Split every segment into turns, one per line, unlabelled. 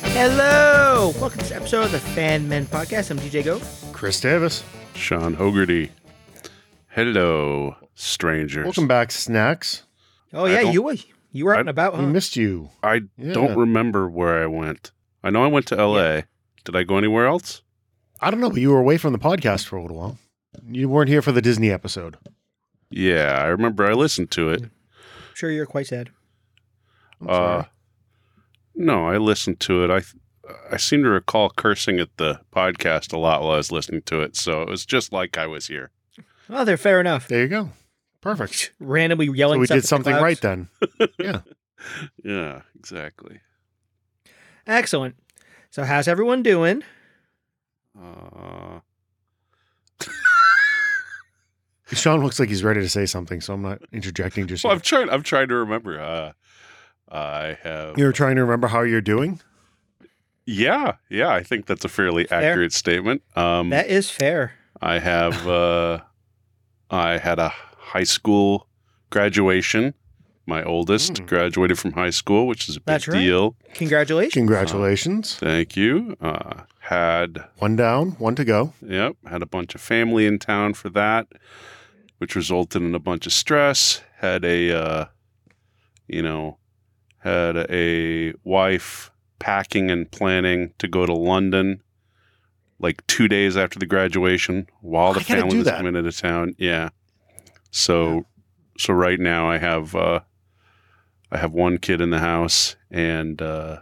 Hello! Welcome to this episode of the Fan Men Podcast. I'm DJ Go.
Chris Davis.
Sean Hogarty. Hello, strangers.
Welcome back, Snacks.
Oh
I
yeah,
don't-
you were you were out
I-
and about,
We
huh?
missed you.
I
Yeah.
don't remember where I went. I know I went to LA. Did I go anywhere else?
I don't know, but you were away from the podcast for a little while. You weren't here for the Disney episode.
Yeah, I remember I listened to it.
I'm sure you're quite sad.
I'm
Uh,
sorry.
no, I listened to it. I I seem to recall cursing at the podcast a lot while I was listening to it, so it was just like I was here.
Well, Oh, they're fair enough.
there you go. Perfect.
Randomly
So
yelling.
we
stuff at
did
the
something
clouds.
right then.
Yeah, exactly.
Excellent. So how's everyone doing?
Uh,
Sean looks like he's ready to say something, so I'm not interjecting just
well, I'm
yet.
trying. I'm trying to remember. Uh, I have.
You're trying to remember how you're doing?
Yeah, yeah. I think that's a fairly
Fair.
accurate statement.
Mm.
Um,
That is fair.
I have uh, I had a high school graduation. My oldest
Mm.
graduated from high school, which is a big
Hmm. That's right.
deal.
Congratulations.
Congratulations.
Thank you. Uh, had
One down, one to go.
yep had a bunch of family in town for that, which resulted in a bunch of stress. Had a uh, you know had a wife packing and planning to go to London like two days after the graduation while the
Oh, I gotta
family
do
was
that.
coming into town. Yeah. So so right now I have uh I have one kid in the house and uh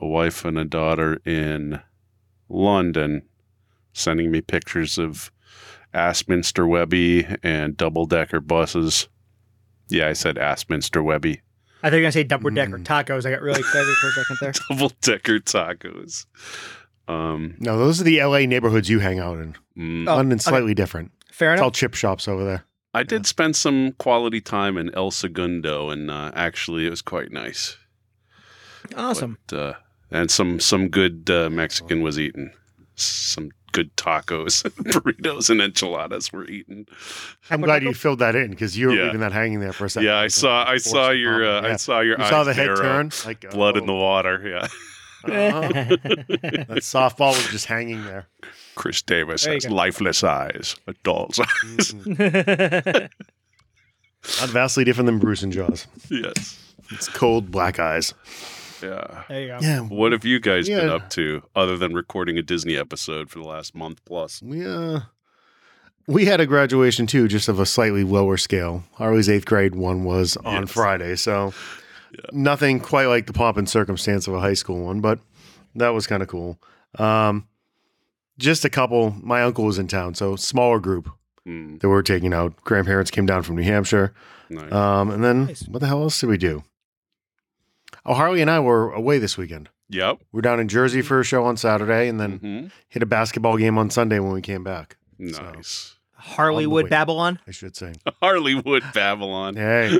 a wife and a daughter in London sending me pictures of Asminster Webby and double decker buses. Yeah, I said Asminster Webby.
I thought you were gonna say double decker
Mm.
tacos. I got really excited for a second there.
double decker tacos. Um,
No, those are the LA neighborhoods you hang out in.
mm,
Oh,
London's
okay.
slightly different.
Fair
It's all
enough.
chip shops over there.
I did spend some quality time in El Segundo, and uh, actually, it was quite nice.
Awesome.
But, uh, and some some good uh, Mexican was eaten. Some good tacos, burritos, and enchiladas were eaten.
I'm
Taco
glad
Taco?
you filled that in because you were
Yeah.
leaving that hanging there for a second.
Yeah, I saw I saw your uh, I
Yeah.
saw your
You
eyes
saw the head
narrow.
turn, like
blood in the
oh,
water. Yeah,
Oh.
uh-huh. that softball was just hanging there.
Chris Davis
There you
has
go.
lifeless eyes, a doll's eyes.
Mm-hmm. Not vastly different than Bruce and Jaws.
yes,
It's cold black eyes.
yeah.
there you go.
Yeah.
What have you guys been
Yeah.
up to other than recording a Disney episode for the last month plus?
We uh we had a graduation too, just of a slightly lower scale. Harley's eighth grade one was on
Yes.
Friday, so nothing quite like the pomp and circumstance of a high school one, but that was kind of cool. Um, just a couple. My uncle was in town, so smaller group
Mm,
that we were taking out. Grandparents came down from New Hampshire.
nice.
Um, and then
Nice.
what the hell else did we do? Oh, Harley and I were away this weekend.
yep.
We are down in
Mm-hmm.
Jersey for a show on Saturday, and then
Mhm.
hit a basketball game on Sunday when we came back. so-
Nice.
Harleywood
way.
Babylon.
I should say.
Harleywood Babylon.
Hey,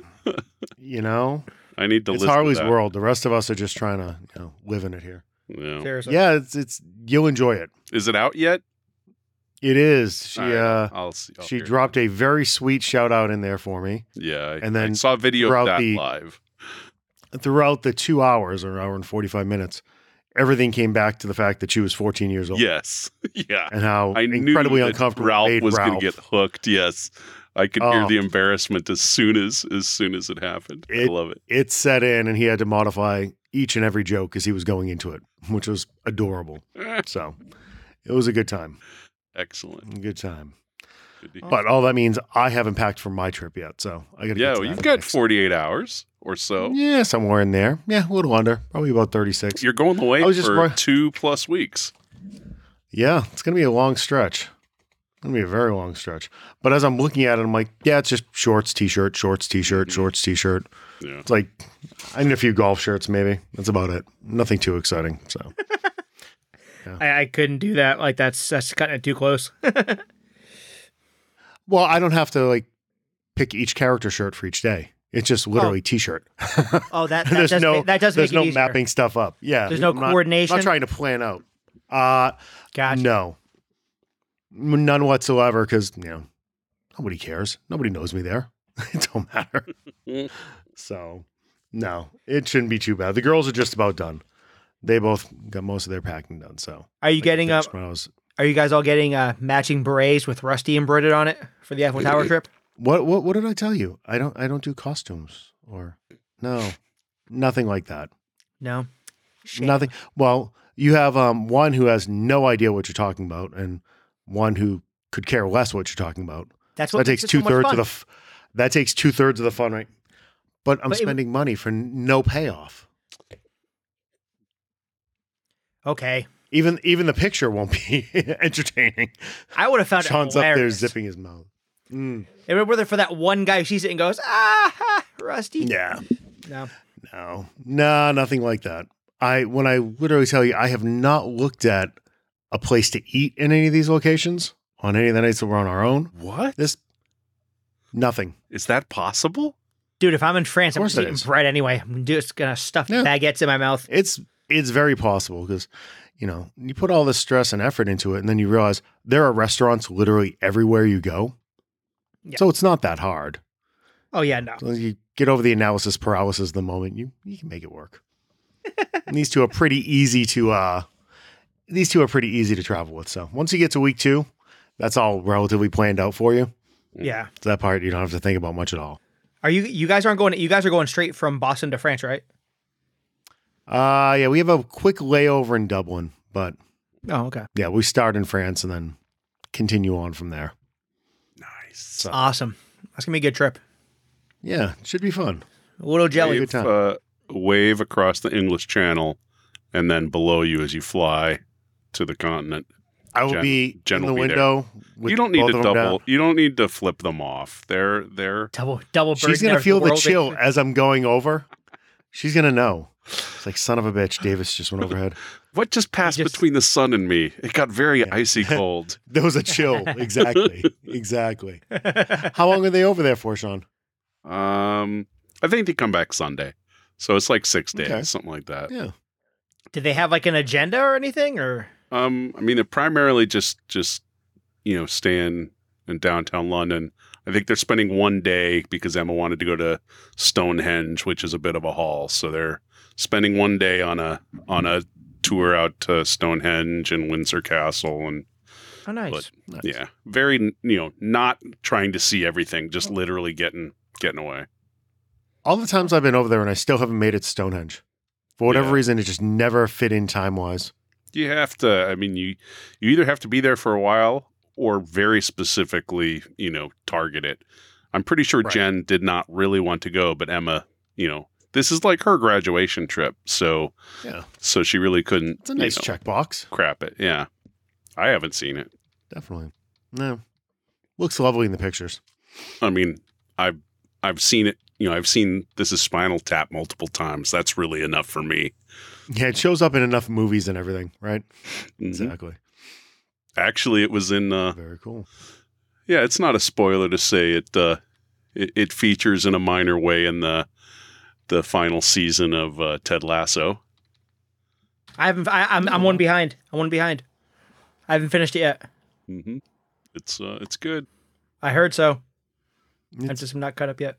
you know,
I need to
it's
listen to
Harley's
that.
world. The rest of us are just trying to, you know, live in it here.
Yeah.
Seriously.
Yeah, it's it's you'll enjoy it.
Is it out yet?
It is. She
All right,
uh
I'll see. I'll
she
hear it.
dropped a very sweet shout out in there for me
Yeah. I,
and
I
then
saw a video of
throughout
that
the-
live.
throughout the two hours or hour and forty five minutes. Everything came back to the fact that she was fourteen years old.
Yes. yeah.
and how
I knew
incredibly
that
uncomfortable it
Ralph
made
was
Ralph.
going to get hooked. Yes. I could hear
Oh.
the embarrassment as soon as as soon as it happened.
It-
I love it.
it set in, and he had to modify each and every joke as he was going into it, which was adorable.
Eh,
So it was a good time,
Excellent.
a good time.
Good to hear.
But all that means I haven't packed for my trip yet, so I got to. get to
yeah, well,
that
you've got
next.
48 hours or so.
Yeah, somewhere in there. Yeah, a little under, probably about thirty-six.
You're going away
I was just
for
wor-
two plus weeks.
Yeah, it's gonna be a long stretch. Gonna be a very long stretch. But as I'm looking at it, I'm like, yeah, it's just shorts, t-shirt, shorts, t-shirt,
Mm-hmm.
shorts, t-shirt.
Yeah.
It's like I need a few golf shirts, maybe. That's about it. Nothing too exciting. So
I, I couldn't do that. Like that's that's cutting it too close.
Well, I don't have to like pick each character shirt for each day. It's just literally t-shirt.
Oh, that, that
there's
does
no
make, that does
there's
make it
no
easier.
mapping stuff up. Yeah,
There's no
I'm not-
coordination?
I'm not trying to plan out. Uh
Gotcha.
no, M- none whatsoever. Because you know nobody cares. Nobody knows me there. it don't matter. so no, it shouldn't be too bad. The girls are just about done. they both got most of their packing done. So
Are you
I
getting
guess
up?
when I was-
Are you guys all getting uh, matching berets with Rusty embroidered on it for the Eiffel Tower trip?
What what what did I tell you? I don't I don't do costumes or no, nothing like that.
No, Shame.
Nothing. Well, you have um one who has no idea what you're talking about, and one who could care less what you're talking about.
That's
So
what
that takes
makes it so
two
much
thirds
fun.
of the f- that takes two thirds of the fun, right? But I'm
But it-
spending money for n- no payoff.
okay,
Even even the picture won't be entertaining.
I would have found
Sean's
it
up there
hilarious.
zipping his mouth. Mm.
If it were there for that one guy who sees it and goes, ah, ha, Rusty.
Yeah.
No.
No, no, nothing like that. I when I literally tell you, I have not looked at a place to eat in any of these locations on any of the nights that we're on our own.
What
This nothing.
is that possible?
Dude, if I'm in France, I'm
course
just
it
eating
is.
bread anyway. I'm just gonna stuff
Yeah.
baguettes in my mouth.
It's it's very possible because you know you put all this stress and effort into it, and then you realize there are restaurants literally everywhere you go.
Yeah.
So it's not that hard.
Oh yeah, no.
As long as you get over the analysis paralysis of the moment, you you can make it work. And these two are pretty easy to uh these two are pretty easy to travel with. So once you get to week two, that's all relatively planned out for you.
Yeah.
So that part you don't have to think about much at all.
Are you you guys aren't going you guys are going straight from Boston to France, right?
Uh yeah, we have a quick layover in Dublin, but
Oh, okay.
yeah, we start in France and then continue on from there.
Nice.
Awesome. That's gonna be a good trip.
Yeah, it should be fun.
A little jelly.
good time.
Uh, wave across the English Channel, and then below you as you fly to the continent.
I will
Jen-
be
Jen
in the
will be there.
window. With
you don't need
both
to
of them down.
double. You don't need to flip them off. They're they're
Double double bird.
She's gonna feel the chill as I'm going over. She's gonna know. It's like son of a bitch. Davis just went overhead.
what just passed
just-
between the sun and me. It got very icy cold.
There was a chill. Exactly. exactly. How long are they over there for, Sean?
Um, I think they come back Sunday, so it's like six days,
Okay.
something like that.
Yeah.
Did they have like an agenda or anything? Or
Um, I mean, they're primarily just just you know staying in downtown London. I think they're spending one day because Emma wanted to go to Stonehenge, which is a bit of a haul. So they're spending one day on a on a tour out to Stonehenge and Windsor Castle, and
oh nice.
But-
Nice.
yeah, very you know not trying to see everything, just literally getting getting away.
All the times I've been over there and I still haven't made it to Stonehenge. For whatever
Yeah.
reason, it just never fit in time wise.
You have to. I mean, you you either have to be there for a while or very specifically, you know, target it. I'm pretty sure
Right.
Jen did not really want to go, but Emma, you know, this is like her graduation trip, so
Yeah.
so she really couldn't.
It's a nice
you know,
checkbox.
Crap it, yeah. I haven't seen it.
Definitely. No. Looks lovely in the pictures.
I mean, I've I've seen it. You know, I've seen this is Spinal Tap multiple times. That's really enough for me.
Yeah, it shows up in enough movies and everything, right?
Mhm.
Exactly.
Actually, it was in uh,
Very cool.
Yeah, it's not a spoiler to say it. Uh, it, it features in a minor way in the the final season of uh, Ted Lasso.
I haven't I, I'm I'm one behind. I'm one behind. I haven't finished it yet.
Mm-hmm.
hmm It's uh, it's good.
I heard so. I
It's-
just am not caught up yet.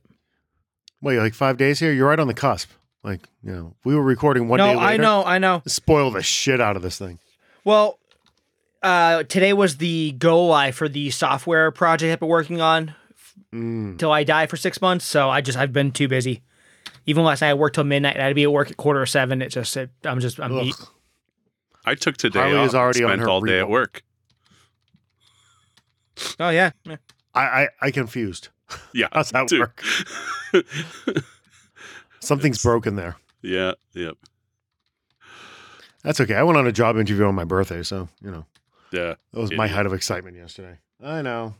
Wait, like five days here? You're right on the cusp. Like, you know, we were recording one
no,
day later.
I know, I know.
Spoil the shit out of this thing.
Well, uh, today was the go live for the software project I've been working on
Mm.
till I die for six months. So I just I've been too busy. Even last night I worked till midnight. and I had to be at work at quarter of seven. It just it, I'm just I'm
Ugh.
beat.
I took today
Harley
off.
is already
and
on
spent
her
all day at
reboot.
work.
Oh yeah,
I, I, I confused.
Yeah,
How's that
dude.
work? Something's broken there.
yeah, yep,
That's okay. I went on a job interview on my birthday, so you know
yeah.
that was my
Idiot.
height of excitement yesterday. I know,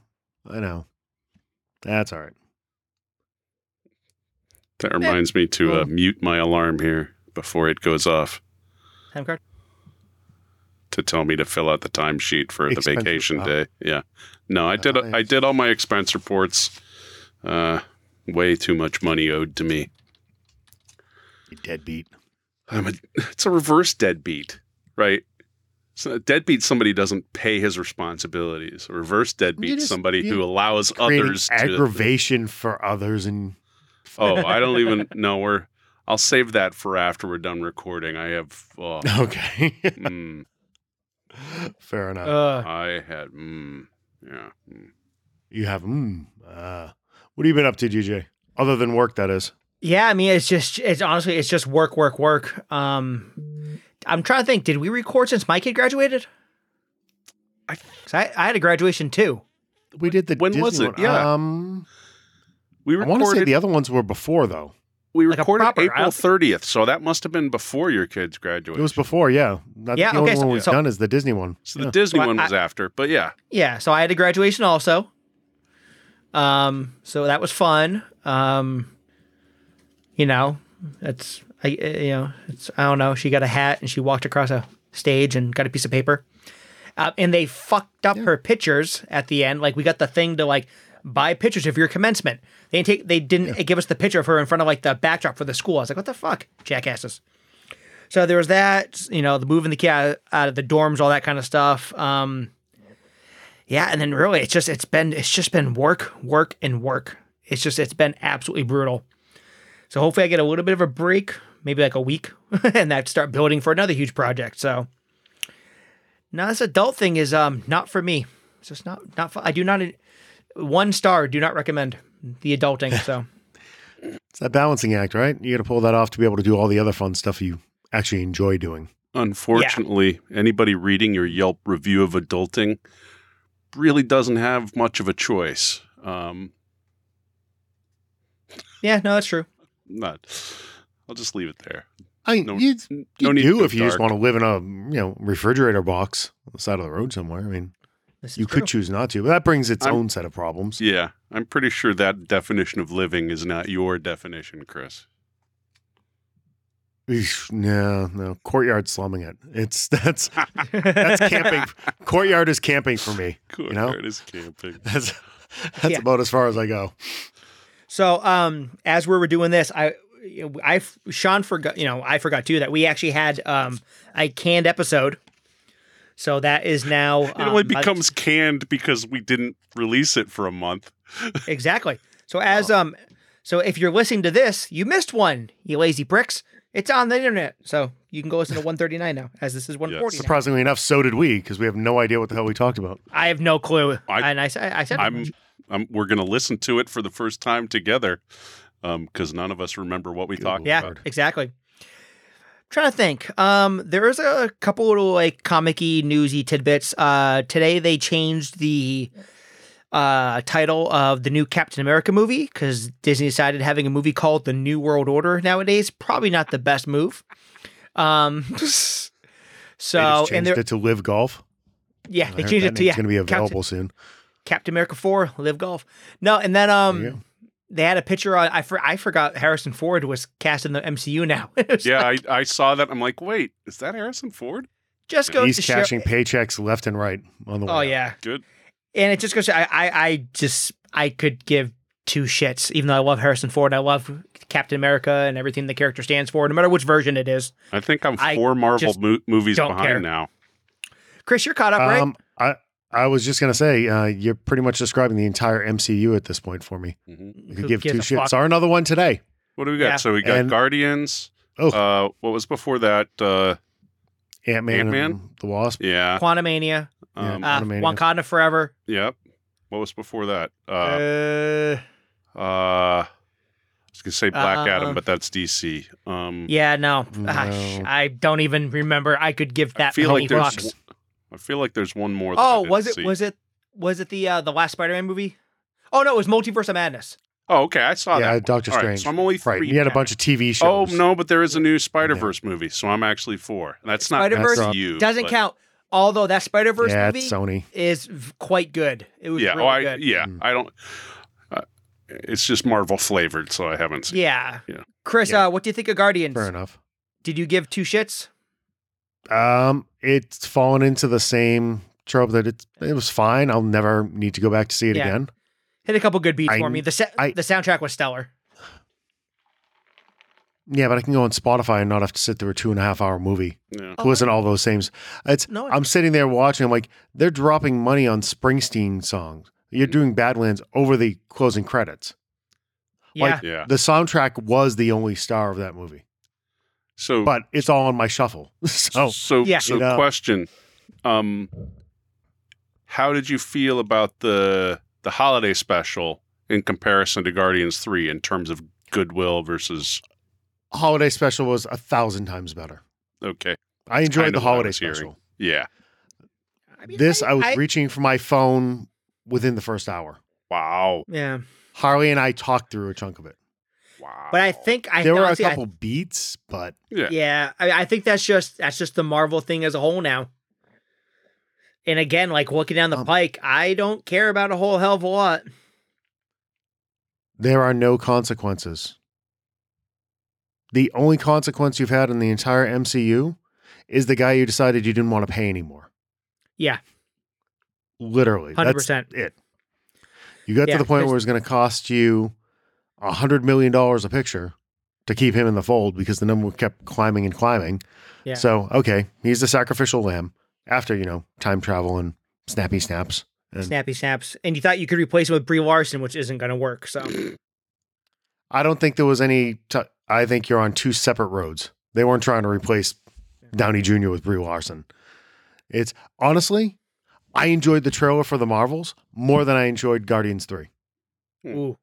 I know. That's all right.
That reminds me to
Mm.
uh,
Oh.
mute my alarm here before it goes off
time card.
to tell me to fill out the timesheet for the
Expense-
vacation
oh.
day. Yeah, no, I did.
Uh,
I did all my expense reports. Uh, way too much money owed to me.
You deadbeat.
I'm a, it's a reverse deadbeat, right? So a deadbeat somebody doesn't pay his responsibilities. A reverse deadbeat
just-
somebody
you
who allows
Creating
others to
aggravation for others, and
Oh, I don't even know where I'll save that for after we're done recording. I have. Oh,
Okay.
mm,
Fair enough.
Uh,
I had. Mm, yeah. mm.
you have. Mm, uh, what have you been up to, DJ? Other than work, that is.
yeah, I mean, it's just, it's honestly, it's just work, work, work. Um, I'm trying to think. Did we record since my kid graduated?
I-
'Cause I, I had a graduation too.
We did the
When
Disney
was it?
one.
Yeah.
Um,
We
I want to say
recorded.
the other ones were before though.
we
like a
recorded
proper- I
April
don't-
thirtieth, so that must have been before your kids
It
graduated.
was before, yeah. That's
Yeah,
the only
okay,
one
so-
we've
so-
done is the Disney one.
so the
Yeah.
Disney
So I-
one was after, but yeah,
Yeah, so I had a graduation also. Um, so that was fun. Um, you know, that's I uh, you know, it's I don't know. She got a hat and she walked across a stage and got a piece of paper. Uh, and they fucked up her pictures at the end. Like we got the thing to like buy pictures of your commencement. They didn't take they didn't give us the picture of her in front of like the backdrop for the school. I was like, what the fuck, jackasses. So there was that, you know, the moving the kid out, out of the dorms, all that kind of stuff. Um, yeah, and then really, it's just it's been it's just been work, work, and work. It's just it's been absolutely brutal. So hopefully, I get a little bit of a break, maybe like a week, and that start building for another huge project. So now this adult thing is um not for me. It's just not not. fu- I do not one star. Do not recommend the adulting. So
It's that balancing act, right? You got to pull that off to be able to do all the other fun stuff you actually enjoy doing.
Unfortunately, anybody reading your Yelp review of adulting really doesn't have much of a choice. Um,
yeah, no, that's true.
not. I'll just leave it there.
I
No-
you,
No
you
need to
do
go
if you just
dark.
want to live in a you know refrigerator box on the side of the road somewhere. I mean,
This is
you
true.
could choose not to, but that brings its
I'm-
own set of problems.
Yeah, I'm pretty sure that definition of living is not your definition, Chris.
Eesh, No, no, courtyard slumming it. It's that's that's camping. courtyard is camping for me.
Cool.
know?
There it is camping.
That's that's
Yeah.
about as far as I go.
So, um, as we were doing this, I, I, Sean forgot, you know, I forgot too that we actually had um a canned episode. So that is now
It only
um, by the-
becomes canned because we didn't release it for a month.
exactly. So as um, so if you're listening to this, you missed one, you lazy bricks. It's on the internet, so you can go listen to 139 now, as this is 140. now.
Surprisingly enough, so did we because we have no idea what the hell we talked about.
I have no clue,
I-
and I, s- I said
I'm, I'm we're gonna listen to it for the first time together, because none of us remember what we
Good
talked
Yeah,
about.
exactly. trying to think. Um, there is a couple little like comic-y, newsy tidbits. Uh, today they changed the uh title of the new Captain America movie because Disney decided having a movie called The New World Order nowadays probably not the best move. Um,
They
so
just
and
changed
there,
it to live golf.
yeah,
I
they
heard
changed
that
it to
name's
yeah,
going to be
Captain-
available soon.
Captain America Four, Live Golf. No, and then um,
There you go.
they had a picture on. I for, I forgot Harrison Ford was cast in the MCU now.
Yeah, I, I saw that. I'm like, wait, is that Harrison Ford?
just go.
He's
to show-
cashing paychecks left and right on the way.
Oh
out.
yeah,
Good.
and it just goes. to- I, I, I just, I could give two shits. Even though I love Harrison Ford, I love Captain America and everything the character stands for, no matter which version it is.
I think I'm
I
four Marvel
just
mo- movies
don't
behind
care.
now.
Chris, you're caught up, right?
Um, I I was just gonna say uh, you're pretty much describing the entire MCU at this point for me. You could
Who
give
gives
two
a
shits.
fuck?
Saw another one today.
What do we got?
Yeah.
So we got
And-
Guardians.
Oh.
Uh, what was before that? Uh,
Ant Man and
Ant-Man?
the Wasp.
yeah.
Quantumania,
Yeah.
Um,
uh,
Quantumania.
Wakanda Forever.
Yep. What was before that?
Uh,
Uh, uh, I was gonna say Black
uh,
Adam, but that's DC. Um,
yeah, no, Ah, sh-
No.
I don't even remember. I could give
I
that
feel
many
like there's.
fucks.
one- I feel like there's one more. that I
Oh,
didn't
was it?
see.
Was it? Was it the uh, the last Spider-Man movie? Oh no, it was Multiverse of Madness.
Oh, okay. I saw
yeah,
that.
Doctor
All right,
Strange.
so I'm only
right,
three
he had a
now.
bunch of TV
Oh
shows.
no, but there is a new Spider Verse movie, so I'm actually four. That's not
Spider-Verse
that's you.
Doesn't
but-
count. Although that Spider-Verse
yeah,
movie
it's Sony.
is v- quite good. It was
Yeah,
really
oh, I,
good.
yeah.
Mm-hmm.
I don't. Uh, it's just Marvel flavored, so I haven't seen.
Yeah.
Yeah.
Chris,
Yeah.
Uh, what do you think of Guardians?
Fair enough.
Did you give two shits?
Um, it's fallen into the same trope that it's it was fine. I'll never need to go back to see it
Yeah.
again.
Hit a couple good beats
I-
for me. The sa-
I-
the soundtrack was stellar.
Yeah, but I can go on Spotify and not have to sit through a two and a half hour movie.
Yeah.
Oh,
to listen to all those same. s- It's
No,
I'm sitting there watching. I'm like, they're dropping money on Springsteen songs. You're doing Badlands over the closing credits.
Yeah.
Yeah.
The soundtrack was the only star of that movie,
So
but oh, it's all on my shuffle. So
so
Yeah.
so
You know.
question. Um how did you feel about the the holiday special in comparison to Guardians 3 in terms of goodwill versus
holiday special was a thousand times better.
okay.
I enjoyed
kind
the
of what I
holiday
was hearing.
special.
Yeah.
This I was reaching for my phone within the first hour.
Wow.
yeah,
Harley and I talked through a chunk of it.
Wow.
but I think I
there were a
honestly, I-
couple beats, but
Yeah.
yeah, I, I think that's just that's just the Marvel thing as a whole now. And again, like looking down the
Um,
pike, I don't care about a whole hell of a lot.
there are no consequences. The only consequence you've had in the entire MCU is the guy you decided you didn't want to pay anymore.
Yeah.
Literally.
Hundred
That's
percent.
it. You got
Yeah,
to the point
there's-
where it's going to cost you a hundred million dollars a picture to keep him in the fold because the number kept climbing and climbing.
Yeah.
So okay, he's the sacrificial lamb after you know time travel and snappy snaps. And
Snappy snaps, and you thought you could replace him with Brie Larson, which isn't going to work. So
I don't think there was any. T- I think you're on two separate roads. They weren't trying to replace Downey Jr. with Brie Larson. It's honestly, I enjoyed the trailer for the Marvels more than I enjoyed Guardians Three.
ooh,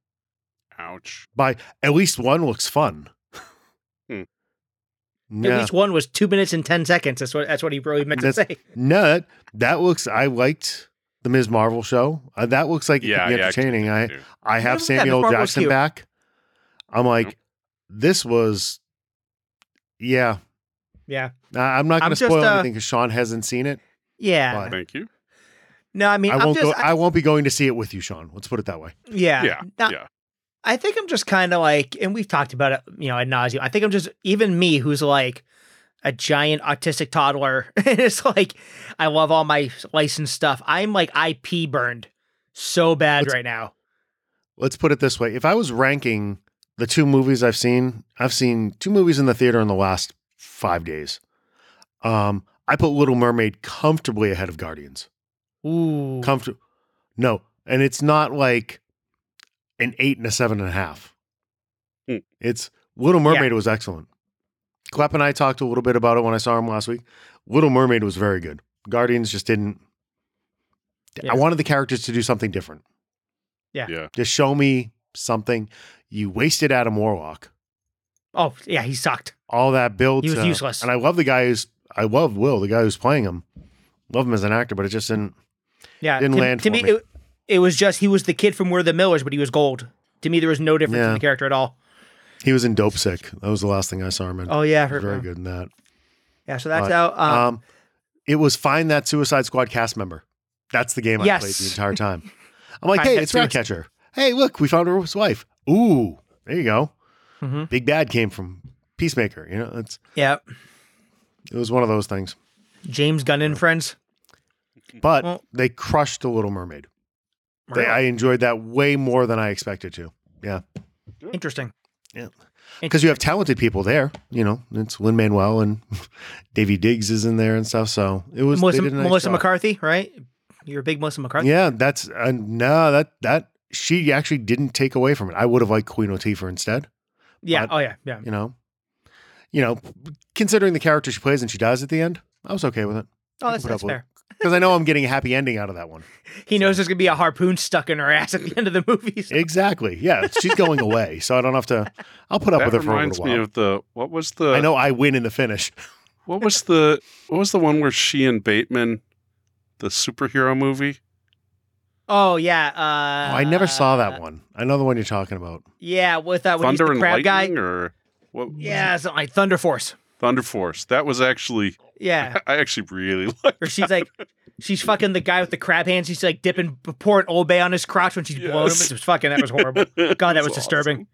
Ouch.
By at least one looks fun.
Hmm.
No,
at least one was two minutes and ten seconds. That's what that's what he really meant to
That's-
say.
no, that- that looks. I liked the Ms. Marvel show. Uh, that looks like it
Yeah,
could be
yeah, I can
entertaining. I
do.
I
Yeah,
have
Ms.
Samuel
Marvel's
Jackson
cute.
back. I'm like, this was, yeah.
Yeah,
I- I'm not
I'm
going to
just,
spoil
uh,
anything because Sean hasn't seen it.
yeah.
But-
Thank you.
no, I mean,
I
I'm
won't
just,
go. I, won't be going to see it with you, Sean. Let's put it that way.
yeah,
Yeah.
No,
yeah.
I think I'm just kind of like, and we've talked about it, you know, ad nauseum. I think I'm just even me, who's like a giant autistic toddler. it's like I love all my licensed stuff. I'm like IP burned so bad
Let's-
right now.
Let's put it this way. If I was ranking the two movies I've seen, I've seen two movies in the theater in the last five days. Um, I put Little Mermaid comfortably ahead of Guardians.
Ooh,
Comfort. No, and it's not like an eight and a seven and a half.
Hmm.
It's Little Mermaid was excellent. Clap and I talked a little bit about it when I saw him last week. Little Mermaid was very good. Guardians just didn't.
Yeah.
I wanted the characters to do something different.
Yeah.
Yeah.
Just show me something. You wasted Adam Warlock.
oh yeah, he sucked.
All that build.
He was
uh,
useless.
And I love the guy who's. I love Will, the guy who's playing him. Love him as an actor, but it just didn't.
Yeah,
Didn't
to,
land
to
for
me.
me.
It, it was just he was the kid from Where the Millers, but he was gold. To me, there was no difference in
Yeah.
the character at all.
He was in Dope Sick. That was the last thing I saw him in.
Oh yeah,
He was very
for-
good in that.
yeah. So that's
Uh,
how. Um,
Um, it was find that Suicide Squad cast member. That's the game
Yes.
I played the entire time. I'm like,
Find
hey,
that
it's Ratcatcher. Hey, look, we found his wife. Ooh, there you go.
mhm.
Big Bad came from Peacemaker. You know, it's
Yeah,
it was one of those things.
James Gunn and friends.
But
Well-
they crushed the Little Mermaid. They, I enjoyed that way more than I expected to.
Interesting.
Because you have talented people there. You know, it's Lin Manuel and Davy Diggs is in there and stuff. So it was they
Melissa,
did a nice
Melissa
job.
McCarthy, right? You're a big Melissa McCarthy.
Yeah, that's uh, no, that that she actually didn't take away from it. I would have liked Queen Latifah instead.
Yeah.
But-
Oh yeah. Yeah.
You know, you know, considering the character she plays and she dies at the end, I was okay with it
Oh, that's,
put
that's
up with
fair.
because I know I'm getting a happy ending out of that one.
He knows there's gonna be a harpoon stuck in her ass at the end of the movie. so-
Exactly. Yeah, she's going away, so I don't have to. I'll put up
That
with her for a
reminds
little
me
while.
of the what was the
I know I win in the finish.
What was the what was the one where she and Bateman, the superhero movie?
oh yeah. Uh,
oh, I never saw that one. I know the one you're talking about.
Yeah, with uh, when he's
Thunder
the
and
crab
Lightning
guy.
or what was
Yeah, something like Thunder Force.
it? Thunder Force. That was actually
Yeah,
I actually really like
or she's like, she's fucking the guy with the crab hands. She's like dipping pouring Old Bay on his crotch when she's blowing him.
Yes.
It was fucking. That was horrible. God, that was disturbing.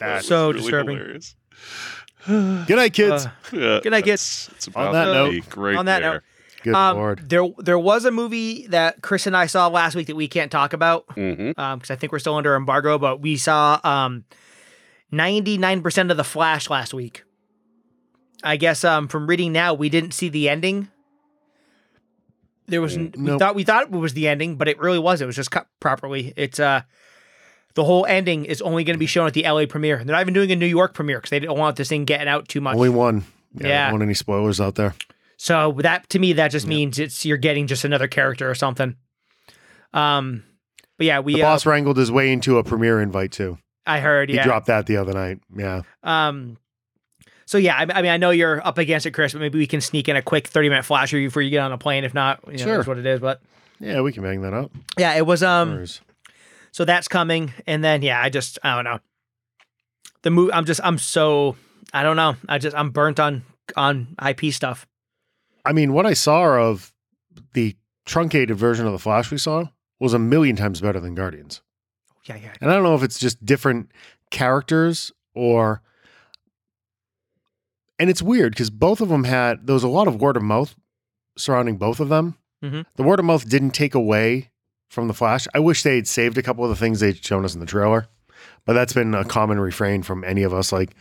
That
was
So disturbing.
hilarious.
Good night, kids.
Uh,
Yeah,
Good night,
that's- It's about
that
to
note-
be great
on that
there.
note,
Good
um,
lord.
there there was a movie that Chris and I saw last week that we can't talk about.
Mhm.
because um, I think we're still under embargo, but we saw um, 99% of The Flash last week. I guess um, from reading now, we didn't see the ending. There was n- we
Nope.
thought we thought it was the ending, but it really was. It was just cut properly. It's uh, The whole ending is only going to be shown at the LA premiere. They're not even doing a New York premiere because they don't want this thing getting out too much.
Only one.
Yeah.
I don't want any spoilers out there.
So that to me, that just means it's you're getting just another character or something. Um, but yeah, we
The
uh,
boss wrangled his way into a premiere invite too.
I heard
He
yeah.
dropped that the other night. Yeah.
Um, so yeah, I, I mean, I know you're up against it, Chris, but maybe we can sneak in a quick 30 minute flash review before you get on a plane. If not, you know,
Sure.
that's what it is. But
Yeah, we can bang that up.
yeah, it was um.
Whereas-
So that's coming, and then yeah, I just I don't know. The movie, I'm just I'm so I don't know. I just I'm burnt on on IP stuff.
I mean, what I saw of the truncated version of the Flash we saw was a million times better than Guardians.
Yeah, yeah.
And I don't know if it's just different characters or. And it's weird because both of them had, there was a lot of word of mouth surrounding both of them.
Mhm.
The word of mouth didn't take away from The Flash. I wish they had saved a couple of the things they'd shown us in the trailer, but that's been a common refrain from any of us. Like,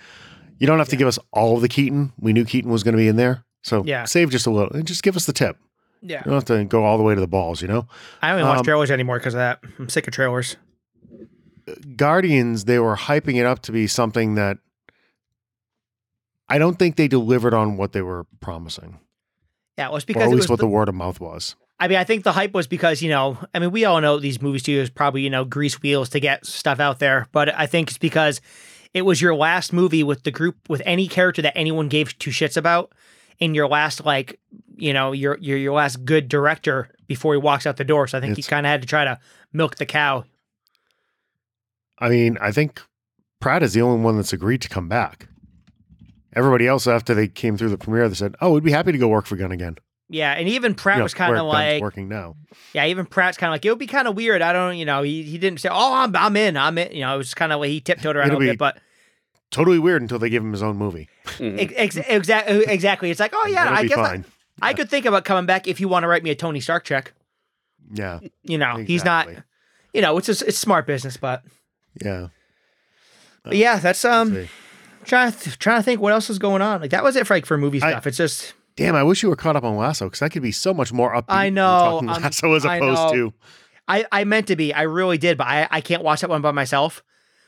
you don't have to
Yeah.
give us all of the Keaton. We knew Keaton was going to be in there. So
Yeah.
save just a little and just give us the tip.
Yeah,
You don't have to go all the way to the balls, you know?
I don't even watch
Um,
trailers anymore because of that. I'm sick of trailers.
Guardians, they were hyping it up to be something that I don't think they delivered on what they were promising,
Yeah, well, it's
or
because
at
it was
least what
the-
the word of mouth was.
I mean, I think the hype was because, you know, I mean, we all know these movie studios probably, you know, grease wheels to get stuff out there, but I think it's because it was your last movie with the group with any character that anyone gave two shits about and your last like, you know, your your your last good director before he walks out the door. So I think he
It's-
kind of had to try to milk the cow.
I mean, I think Pratt is the only one that's agreed to come back. Everybody else, after they came through the premiere, they said, "Oh, we'd be happy to go work for Gunn again."
Yeah, and even Pratt
You know,
was kind
where
of
Gunn's
like,
working now.
yeah, even Pratt's kind of like, it would be kind of weird. I don't, you know, he, he didn't say, oh, I'm I'm in, I'm in. You know, it was kind of like he tiptoed around a
It'll
little
be-
bit, but
Totally weird until they give him his own movie.
Mhm.
ex- ex- exactly, exactly. It's like, oh yeah,
Mm. It'll
I
be
guess I-
fine.
I could think about coming back if you want to write me a Tony Stark check.
yeah,
You know, he's not.
exactly.
You know, it's just, it's smart business, but,
Yeah,
but yeah, that's um
See.
trying to th- trying to think what else is going on. Like that was it for like for movie
I-
stuff. it's just
damn. I wish you were caught up on Lasso because that could be so much more upbeat.
I
when we're
know,
talking
I'm-
Lasso as
I
opposed
know.
to
I I meant to be. I really did, but I I can't watch that one by myself.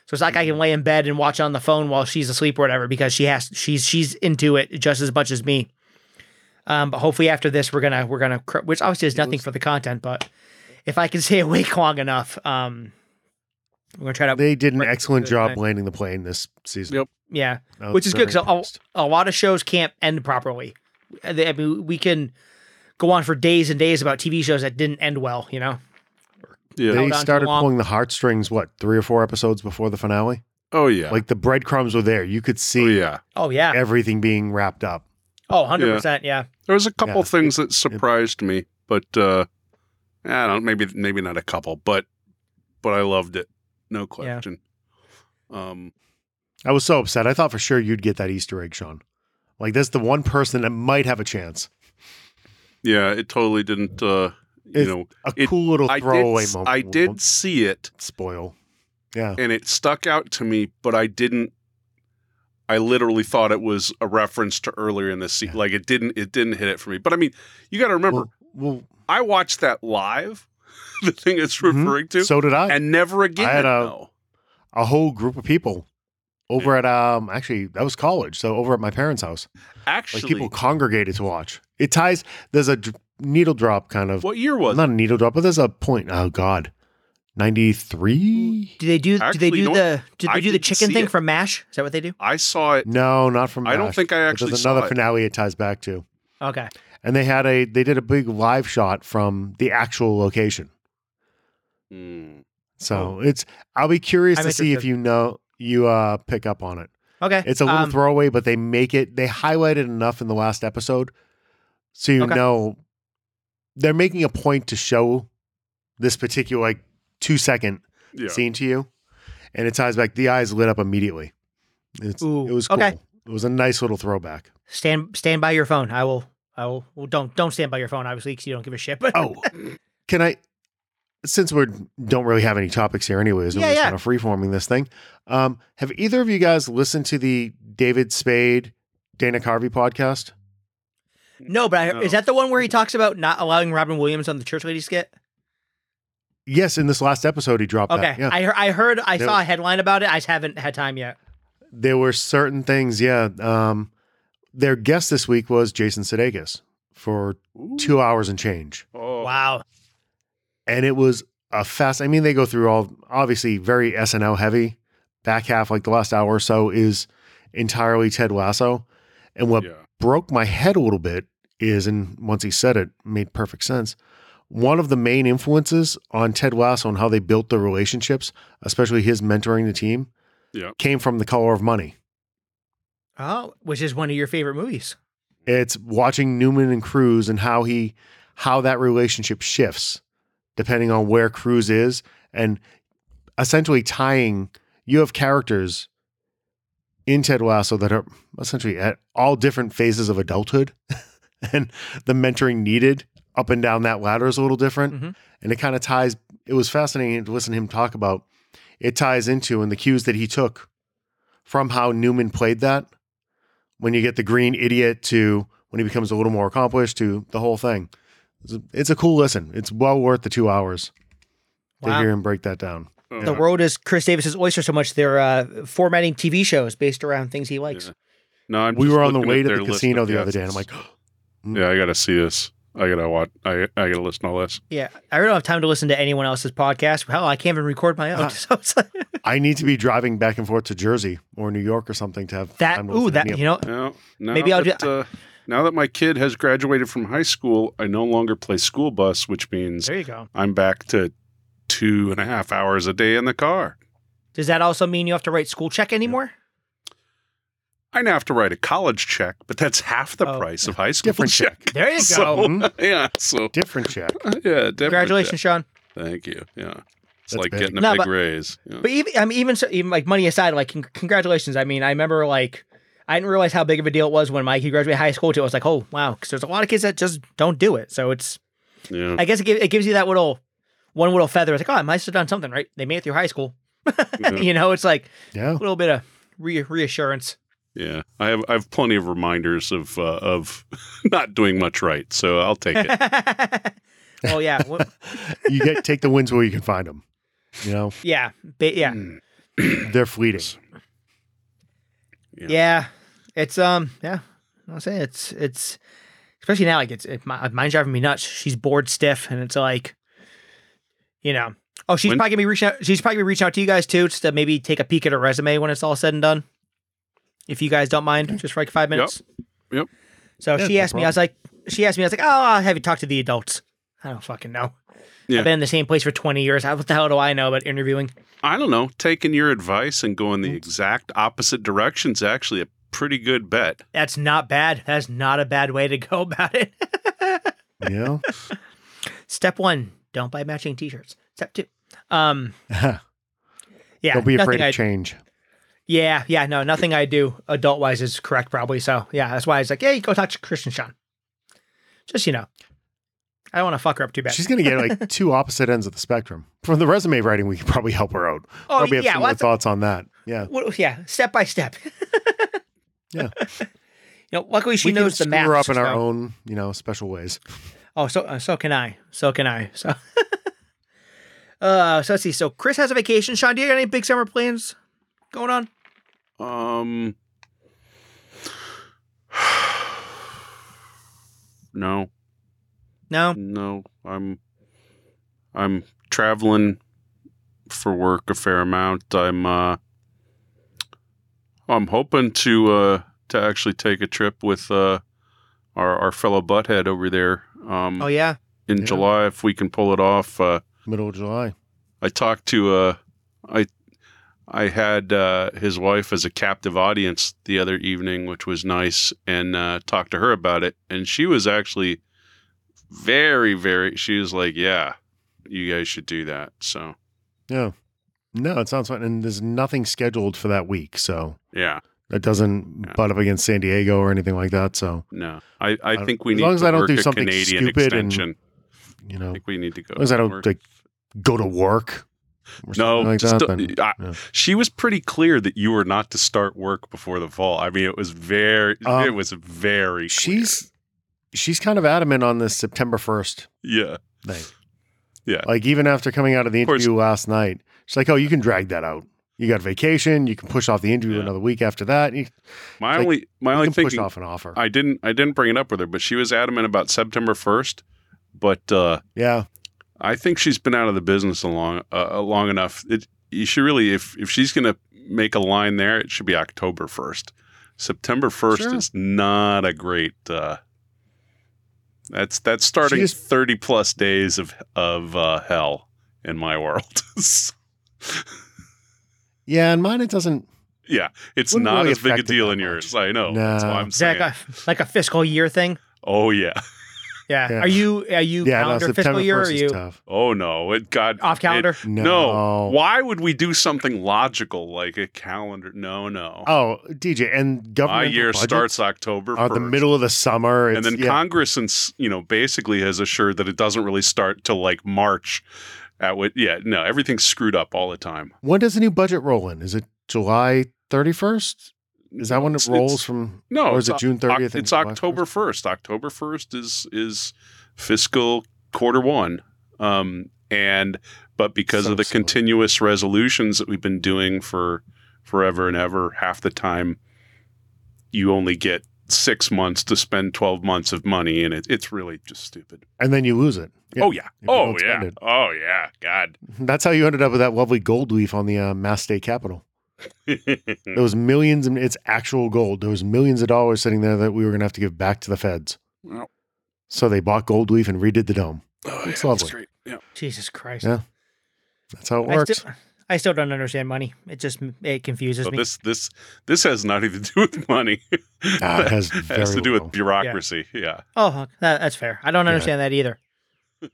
So it's like I can
Mm.
lay in bed and watch on the phone while she's asleep or whatever because she has she's she's into it just as much as me. Um, but hopefully after this we're gonna we're gonna cr- which obviously is nothing for the content, but if I can stay awake long enough, um, we're gonna try to
they did an
Right.
excellent
Good
job
night.
landing the plane this season.
Yep.
yeah.
I was
which is good
very
because
impressed.
a, a lot of shows can't end properly. Uh, they- I mean, we can go on for days and days about TV shows that didn't end well. You know,
Yeah.
held
they
on too
started
long.
pulling the heartstrings what three or four episodes before the finale
oh yeah.
like the breadcrumbs were there you could
oh
see
yeah.
oh yeah,
everything being wrapped up
oh 100 percent, yeah.
There was a couple
Yeah.
things that surprised me, but uh, I don't maybe maybe not a couple, but but I loved it, no question. Um,
i was so upset i thought for sure you'd get that easter egg sean like that's the one person that might have a chance
yeah, it totally didn't. Uh, you
It's
know,
a
It-
cool little
I
throwaway
did, s-
moment
I did
won't
see it,
spoil yeah
and it stuck out to me, but I didn't. I literally thought it was a reference to earlier in the season.
Yeah.
Like it didn't, it didn't hit it for me. But I mean, you got to remember,
well, well,
I watched that live, the thing it's
Mhm.
referring to,
so did i
and never again.
had a-
no.
a whole group of people over at um actually that was college so over at my parents house
Actually,
like people congregated to watch it ties there's a dr- needle drop kind of
what year was?
not a needle drop, but there's a point. Oh God, ninety three?
Do they do?
Actually,
do
you
they do
know
the? Do they
I
do the
didn't
chicken
see
thing
it.
from Mash? Is that what they do?
I saw it.
No, not from.
I don't
MASH,
think I
but
actually
There's
saw
another
it.
finale it ties back to,
Okay,
and they had a they did a big live shot from the actual location.
Mm.
So it's I'll be curious
I'm
to see if
interested.
you know you uh pick up on it.
okay.
It's a little
Um,
throwaway, but they make it. They highlight it enough in the last episode, so you
Okay.
know they're making a point to show this particular like two second
Yeah.
scene to you, and it ties back. The eyes lit up immediately. It's,
Ooh,
it was cool.
okay.
It was a nice little throwback.
stand stand by your phone. I will. I will. Well, don't don't stand by your phone, obviously, because you don't give a shit. But
Oh, can I? Since we don't really have any topics here, anyways,
Yeah,
we're just
yeah.
kind of free-forming this thing. Um, have either of you guys listened to the David Spade, Dana Carvey podcast?
no, but I,
No.
is that the one where he talks about not allowing Robin Williams on the church lady skit?
Yes, in this last episode, he dropped
Okay,
that. Yeah.
I heard, I heard, I
There
saw
was-
a headline about it. I just haven't had time yet.
there were certain things. Yeah. Um, their guest this week was Jason Sudeikis for two hours and change,
Oh.
Wow.
and it was a fast. I mean, they go through all obviously very SNL heavy. Back half, like the last hour or so, is entirely Ted Lasso, and what
Yeah.
broke my head a little bit is, and once he said it, made perfect sense. One of the main influences on Ted Lasso and how they built their relationships, especially his mentoring the team,
Yeah.
came from The Color of Money.
Oh, which is one of your favorite movies.
It's watching Newman and Cruz and how he, how that relationship shifts depending on where Cruz is, and essentially tying. You have characters in Ted Lasso that are essentially at all different phases of adulthood, and the mentoring needed up and down that ladder is a little different,
Mhm.
and it kind of ties. It was fascinating to listen to him talk about. It ties into and the cues that he took from how Newman played that. When you get the green idiot to when he becomes a little more accomplished to the whole thing, it's a, it's a cool listen. It's well worth the two hours to
Wow.
hear him break that down.
Oh.
The world is Chris Davis's oyster so much they're uh, formatting TV shows based around things he likes.
Yeah. No, I'm
we
just
were on the
looking at
way to
their
the
list
casino
of
the other day, and I'm
guests.
like, mm.
yeah, I gotta see this. I gotta watch. I I gotta listen to all this.
Yeah, I really don't have time to listen to anyone else's podcast. Hell, I can't even record my own.
Ah.
So it's like
I need to be driving back and forth to Jersey or New York or something to have
that.
Time to
Ooh,
listen to
that
Neil.
you know.
Now, now
Maybe I'll
that,
ju-
uh, now that my kid has graduated from high school, I no longer play school bus, which means
There you go.
I'm back to two and a half hours a day in the car.
Does that also mean you have to write school check anymore?
I now have to write a college check, but that's half the
Oh.
price of high school
Different
check.
There you go.
So-
Mhm.
yeah, so
different check.
yeah, different
Congratulations, Sean.
check. Thank you. Yeah, it's
That's
like
big.
getting a
No,
big
but-
raise. Yeah.
But even I mean, even so, even like money aside, like con- congratulations. I mean, I remember like I didn't realize how big of a deal it was when Mikey graduated high school. Too, I was like, oh wow, because there's a lot of kids that just don't do it. So it's
yeah.
I guess it, gi- it gives you that little one little feather. It's like, oh, I must have done something right. They made it through high school.
Mhm.
you know, it's like
Yeah.
a little bit of re- reassurance.
Yeah, I have I have plenty of reminders of uh, of not doing much right, so I'll take it.
oh yeah, Wh-
You get take the wins where you can find them. You know,
yeah, ba- yeah,
Mm.
they're fleeting.
Yeah.
yeah. It's um, yeah. I'll say it's it's especially now. Like it's it, my, mine's driving me nuts. She's bored stiff, and it's like, you know. Oh, she's
When-
probably gonna be reaching out. She's probably gonna be reaching out to you guys too, just to maybe take a peek at her resume when it's all said and done. If you guys don't mind, just for like five minutes.
Yep.
So
Yeah,
she
no
asked me. I was like, she asked me. I was like, oh, I'll have you talk to the adults. I don't fucking know.
Yeah.
I've been in the same place for twenty years. How- What the hell do I know about interviewing?
I don't know. Taking your advice and going the exact opposite direction is actually a pretty good bet.
That's not bad. That's not a bad way to go about it.
You know,
Step one: don't buy matching T-shirts. Step two: um,
don't
yeah,
be afraid
nothing I,
of change.
Yeah, yeah, no, nothing I do adult wise is correct probably. So yeah, that's why I was like, hey, go talk to Christian Sean. Just you know, I don't want to fuck her up too bad.
She's gonna get like two opposite ends of the spectrum. From the resume writing, we could probably help her out.
oh
probably have
yeah,
similar
well, that's-
thoughts on that. Yeah,
well, yeah, step by step.
Yeah.
You know, luckily she
we
knows the
can
math.
screw her up in our
so-
own, you know, special ways.
Oh, so uh, so can I. So can I. So. Uh, so let's see. So Chris has a vacation. Sean, do you got any big summer plans going on?
Um. No,
No.
no, I'm I'm traveling for work a fair amount. I'm uh I'm hoping to uh to actually take a trip with uh our our fellow butthead over there um
Mm.
Oh yeah.
in
Yeah.
July if we can pull it off. Uh
Middle of July.
I talked to uh, I I had uh, his wife as a captive audience the other evening, which was nice, and uh, talked to her about it, and she was actually very very. She was like, "Yeah, you guys should do that." So
Yeah. No, it sounds fun, and there's nothing scheduled for that week, so
yeah,
that doesn't
Yeah.
butt up against San Diego or anything like that. So
no, I I
don't-
think we
Uh, as
need
long as
to
I don't
work
do
a
something
Canadian
stupid and-
extension.
you
I
know,
think we need to go.
as long as I
work.
don't like go to work. Or
No,
something like
just
that,
don't-
then,
I-
yeah.
she was pretty clear that you were not to start work before the fall. I mean, it was very,
Um,
it was very. Clear.
she's she's kind of adamant on this September first
yeah.
thing.
Yeah.
Like even after coming out of the
Of course.
interview last night, she's like, "Oh, you can drag that out. You got vacation. You can push off the interview
Yeah.
another week after that. You,
My
Like,
only my
you
only
can push
thinking
off an offer.
I didn't I didn't bring it up with her, but she was adamant about September first. But uh,
yeah,
I think she's been out of the business a long uh, long enough. It you should really if if she's gonna make a line there, it should be October first. September first
Sure.
is not a great. Uh, that's that's starting
just-
thirty plus days of of uh, hell in my world. So,
yeah. And mine, it doesn't.
yeah, it's
Wouldn't
not
really
as big a
affect it
deal
that
in
much.
yours. I know. That's
No.
why I'm
Is that
saying.
like a, like a fiscal year thing?
oh yeah.
Yeah.
Yeah.
Are you are you
yeah, no,
calendar
September
fiscal year or are
first
you
is tough.
Oh no. It God.
off calendar?
No.
No. Why would we do something logical like a calendar? No, no.
Oh, DJ, and
My
government
year starts October
are
1st.
the middle of the summer.
and then
yeah,
Congress and s- you know basically has assured that it doesn't really start till like March. At what? Yeah, no, everything's screwed up all the time.
when does the new budget roll in? Is it July thirty first? Is that when it
It's-
rolls
it's-
from?
No,
or is it
it's
June
Oc-
thirtieth?
It's October first. October first is is fiscal quarter one, um, and but because
So
of the
silly.
continuous resolutions that we've been doing for forever and ever, half the time you only get six months to spend twelve months of money, and it, it's really just stupid.
and then you lose it. Yeah.
Oh yeah,
If you
oh
don't
yeah,
spend it.
oh yeah, God.
That's how you ended up with that lovely gold leaf on the uh, Mass State Capitol. There was millions, and it's actual gold. There was millions of dollars sitting there that we were going to have to give back to the feds.
Wow.
So they bought gold leaf and redid the dome.
Oh,
oh, It's
yeah,
lovely.
great. Yeah.
Jesus Christ.
Yeah, That's how it
I
works.
still, I still don't understand money. It just it confuses
So
me.
this this this has nothing to do with money.
Ah, it has
It
very
has to do
little.
with bureaucracy. yeah.
oh, that, that's fair. I don't
Yeah.
understand that either.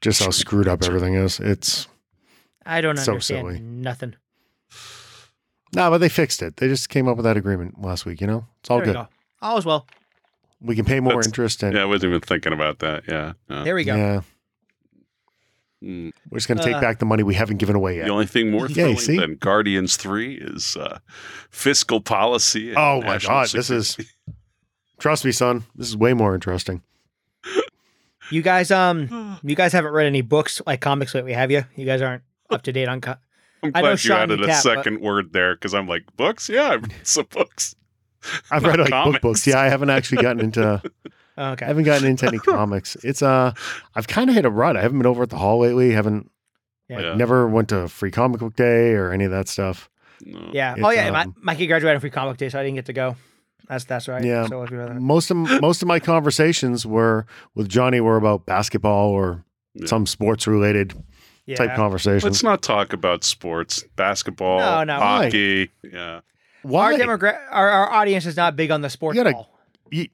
Just how screwed up everything is. It's
I don't
So
understand
silly.
nothing.
no, but they fixed it. They just came up with that agreement last week. You know, it's all
there
good.
we go. All is well.
We can pay more
That's-
interest and
Yeah, I wasn't even thinking about that. Yeah. no.
There we go.
yeah,
Mm.
we're just going to take
Uh,
back the money we haven't given away yet.
The only thing more
Yeah,
thrilling
see?
than Guardians 3 is uh, fiscal policy. and
Oh my
national
God, this
security.
Trust me, son. This is way more interesting.
You guys, um, you guys haven't read any books like comics that we have you. You guys aren't up to date on. Co-
I'm
I
glad
know
you
Sean
added a
Cat, but-
second word there because I'm like, books? Yeah, I've read some books.
I've read like
Comics.
book books. Yeah, I haven't actually gotten into.
oh,
I
okay.
haven't gotten into any comics. It's uh, I've kind of hit a rut. I haven't been over at the hall lately. Haven't
Yeah.
Yeah.
never went to free comic book day or any of that stuff.
No.
Yeah. Oh
It's,
yeah. my,
um,
my kid graduated from comic day, so I didn't get to go. That's that's right.
Yeah.
So if you're that.
Most of most of my conversations were with Johnny were about basketball or
Yeah.
some sports related
yeah.
type
Let's
conversations.
not talk about sports, basketball,
No, no.
Why?
hockey. Yeah.
our
Why?
demogra- our, our audience is not big on the sports
You gotta-
ball.
Ye-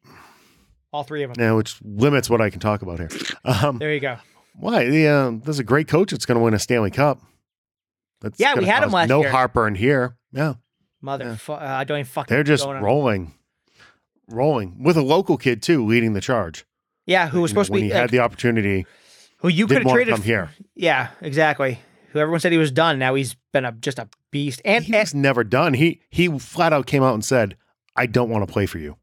All three of them.
now, which limits what I can talk about here. Um,
There you go.
why? The, uh, there's a great coach that's going to win a Stanley Cup. That's
Yeah, we
gonna
had him
cause
last
no
year.
heartburn here. Yeah,
Mother,
Yeah.
fu- uh, I don't even fucking.
they're just
going on.
rolling, rolling with a local kid too, leading the charge.
Yeah, who was
You know,
supposed
when
to
he
be
had
like,
the opportunity,
who you could have
didn't want to
traded
come here.
Yeah, exactly. Who everyone said he was done. Now he's been a just a beast. And,
he
and-
was never done. He he flat out came out and said, "I don't want to play for you."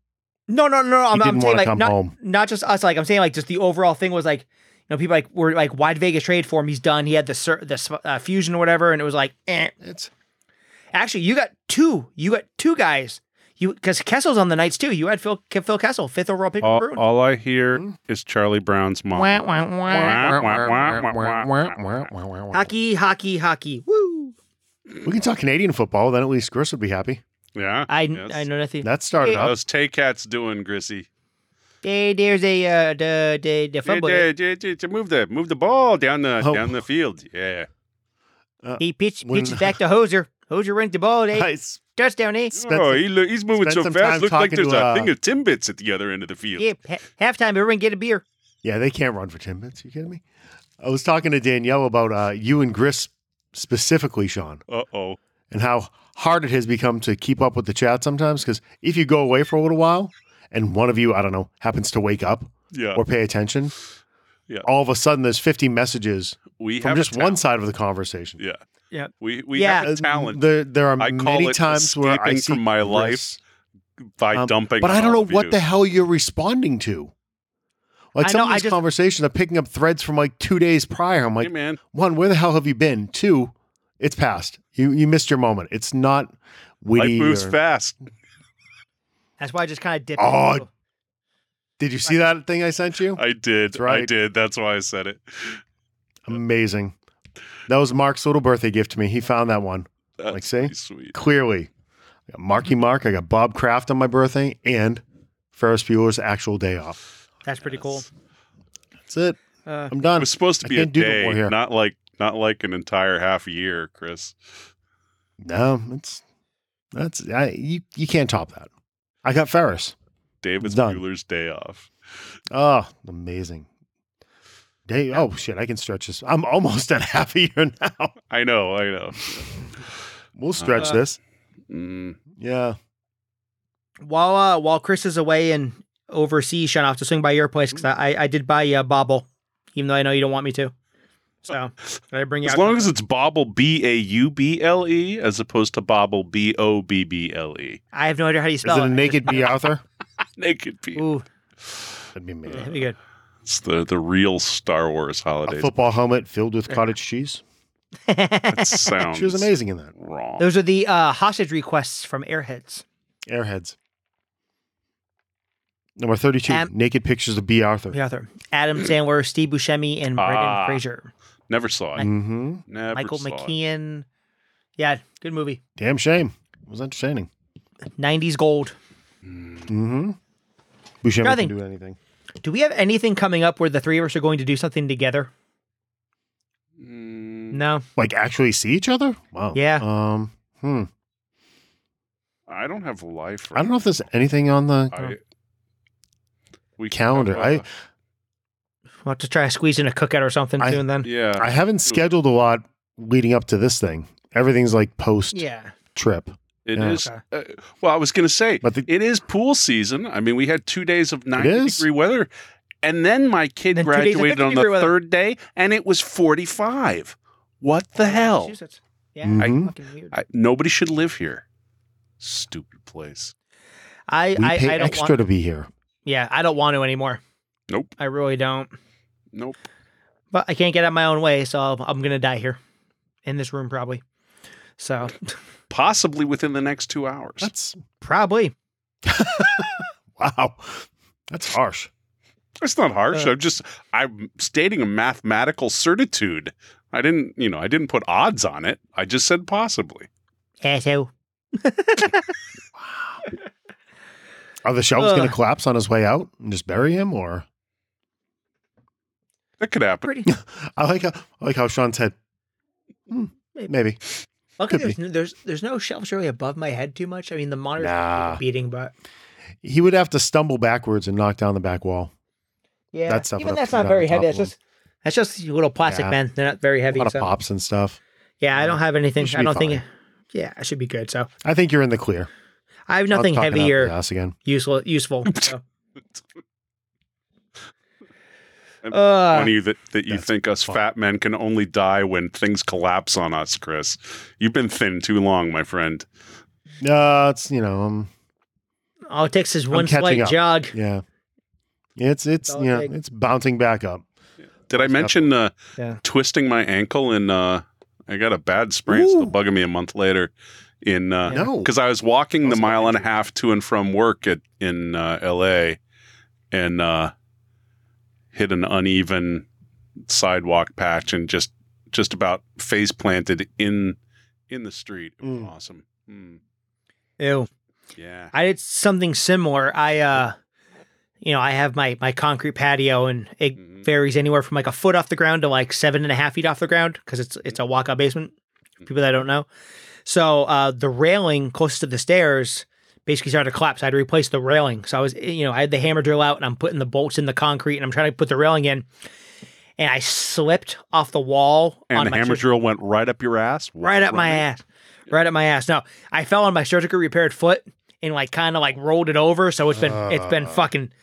no, no, no. no, Um, I'm,
he
I'm
didn't
saying
want to
like
come
not,
home.
not just us. Like I'm saying like just the overall thing was like you know people like were like wide Vegas trade for him. He's done. He had the cer- the sp- uh, fusion or whatever, and it was like eh.
It's
actually you got two. You got two guys. You because Kessel's on the Knights too. You had Phil Phil Kessel, fifth overall pick.
All,
for Bruins.
all I
Hmm?
hear is Charlie Brown's mom.
Wah, wah, wah.
we
Hockey, hockey, hockey. Woo!
can talk Canadian football. Then at least Chris would be happy.
Yeah.
I
yes.
I know nothing.
That started up.
How's Tay Cat's doing, Grissy?
Hey, there's a uh, the the the
Yeah,
football.
yeah, yeah, yeah, move the move the ball down the
Oh.
down the field. Yeah.
He pitch,
When-
pitches back to Hoser. Hoser runs the ball. They
I s-
touchdown. Eh?
Spent
oh,
some-
he lo- he's moving
spent
so
some
fast.
time
Looks like
talking
there's
to,
a
uh,
thing of Timbits at the other end of the field.
Yeah. Ha- halftime. Everyone get a beer.
yeah, they can't run for ten minutes. You kidding me? I was talking to Danielle about uh, you and Chris specifically, Sean,
Uh oh.
and how hard it has become to keep up with the chat sometimes. Because if you go away for a little while, and one of you, I don't know, happens to wake up
Yeah.
or pay attention,
Yeah.
all of a sudden there's 50 messages
We
from
have
just
a talent.
one side of the conversation.
Yeah.
Yeah.
We we
Yeah.
have a talent
There, there are
I call
many
it
times where I
escaping
see
from my life
Chris,
by
um,
dumping.
but I
on
don't know
all of
what
you.
the hell you're responding to. Like
I
some
know,
of
I
these
just-
conversations, I'm picking up threads from like two days prior. I'm like,
hey man,
one, where the hell have you been? Two, it's past. You you missed your moment. It's not
life
witty.
moves
or-
fast.
That's why I just kind of dip.
Oh,
into-
Did you see that thing I sent you?
I did.
That's right.
I did. That's why I said it.
Amazing. That was Mark's little birthday gift to me. He found that one
That's
Like, see?
pretty sweet.
clearly. I got Marky Mark. I got Bob Kraft on my birthday and Ferris Bueller's actual day off.
that's pretty cool.
Yes.
That's it.
Uh,
I'm
It
done.
was supposed to
I
be a
can't do no more
day,
here.
not like not like an entire half year, Chris.
No, it's that's I, you. You can't top that. I got Ferris.
David
Done.
Bueller's day off.
Oh, amazing. Day. Oh shit! I can stretch this. I'm almost at half a year now.
I know. I know.
We'll stretch
Uh,
this.
Mm,
Yeah.
while uh, while Chris is away and overseas, Sean, I have to swing by your place because I, I I did buy you a bobble, even though I know you don't want me to. So did I bring you
as
out-
long as it's Bobble B A U B L E as opposed to Bobble B O B B L E.
I have no idea how you
Is
spell
it a
I
naked B. Arthur?
Naked
just-
people.
Ooh,
That'd be amazing.
that'd be good.
It's the the real Star Wars
A
holiday.
football helmet filled with cottage cheese.
That sounds
She was amazing in that.
wrong.
Those are the uh, hostage requests from Airheads.
Airheads. Number thirty-two.
Um,
naked pictures of B. Arthur.
The author Adam Sandler, Steve Buscemi, and Brendan
Ah.
Fraser.
Never saw it.
Mm-hmm.
Never
Michael
saw it.
McKean. Yeah, good movie.
Damn shame. It was entertaining.
90s gold.
Mm-hmm. Buscemi
Yeah, I
can
think-
do anything.
Do we have anything coming up where the three of us are going to do something together?
Mm,
No.
Like actually see each other? Wow.
Yeah.
Um. Hmm.
I don't have life.
I don't know if there's anything on the
I, we
calendar. I
have,
We'll have to try to squeeze in a cookout or something
I-
soon
uh,
then.
yeah.
I haven't scheduled a lot leading up to this thing. Everything's like post
Yeah.
trip.
It
Yeah.
is. Uh, well, I was going to say
But the-
it is pool season. I mean, we had two days of ninety
is.
degree weather, and then my kid
Then two days of
graduated
50
on the
degree weather.
third day, and it was forty five. What the hell?
Massachusetts. Yeah.
Mhm.
Fucking weird. I,
I, nobody should live here. Stupid place.
I,
We
I,
pay
don't
extra
want
to be here.
Yeah, I don't want to anymore.
Nope.
I really don't.
Nope.
But I can't get out of my own way, so I'll, I'm gonna die here. In this room probably. So
Possibly within the next two hours.
That's
probably.
wow. That's harsh.
That's not harsh.
Uh,
I'm just I'm stating a mathematical certitude. I didn't, you know, I didn't put odds on it. I just said possibly.
Asshole.
Are the shelves going
Ugh.
to collapse on his way out and just bury him? Or
That could happen.
Pretty
I like how I like how Sean said. hmm,
Maybe.
maybe.
Luckily,
Could be.
there's, no, there's there's no shelves really above my head too much. I mean, the monitor's
Nah.
beating, but
He would have to stumble backwards and knock down the back wall.
yeah,
That's tough
even
enough
that's
to put
not
on
very
top
heavy.
of
That's just that's just little plastic
Yeah.
men. They're not very
A
heavy.
lot of
so-
pops and stuff.
Yeah, I don't have anything.
should
I
be
don't think.
fine.
Yeah, I should be good. So
I think you're in the clear.
I have
I'll
nothing
talk it out
heavy
the
or
ass again.
useful. Useful. So.
I'm
Uh,
Funny that, that you
That's
think us
fun.
fat men can only die when things collapse on us, Chris. You've been thin too long, my friend.
No, it's you know, um,
all it takes is one
catching
slight
up.
jog.
yeah, it's it's
Don't
you know,
take-
it's bouncing back up.
Did I mention uh,
Yeah.
twisting my ankle and uh, I got a bad sprain, still
Ooh.
bugging me a month later. In uh,
Yeah.
No,
because I was walking the
That's
mile
not
and a half to and from work at in uh, L.A. and uh, hit an uneven sidewalk patch and just just about face planted in in the street. It was
Mm.
awesome. Mm.
Ew.
Yeah.
I did something similar. I uh, you know, I have my my concrete patio, and it
Mhm.
varies anywhere from like a foot off the ground to like seven and a half feet off the ground because it's it's a walkout basement. For people that don't know, so uh, the railing closest to the stairs basically started to collapse. I had to replace the railing, so I was you know I had the hammer drill out and I'm putting the bolts in the concrete and I'm trying to put the railing in, and I slipped off the wall
And
on
the
my
hammer
surg-
drill went right up your ass.
right up my ass, right up my ass. No, I fell on my surgically repaired foot and like kind of like rolled it over. So it's been it's been
Uh,
fucking,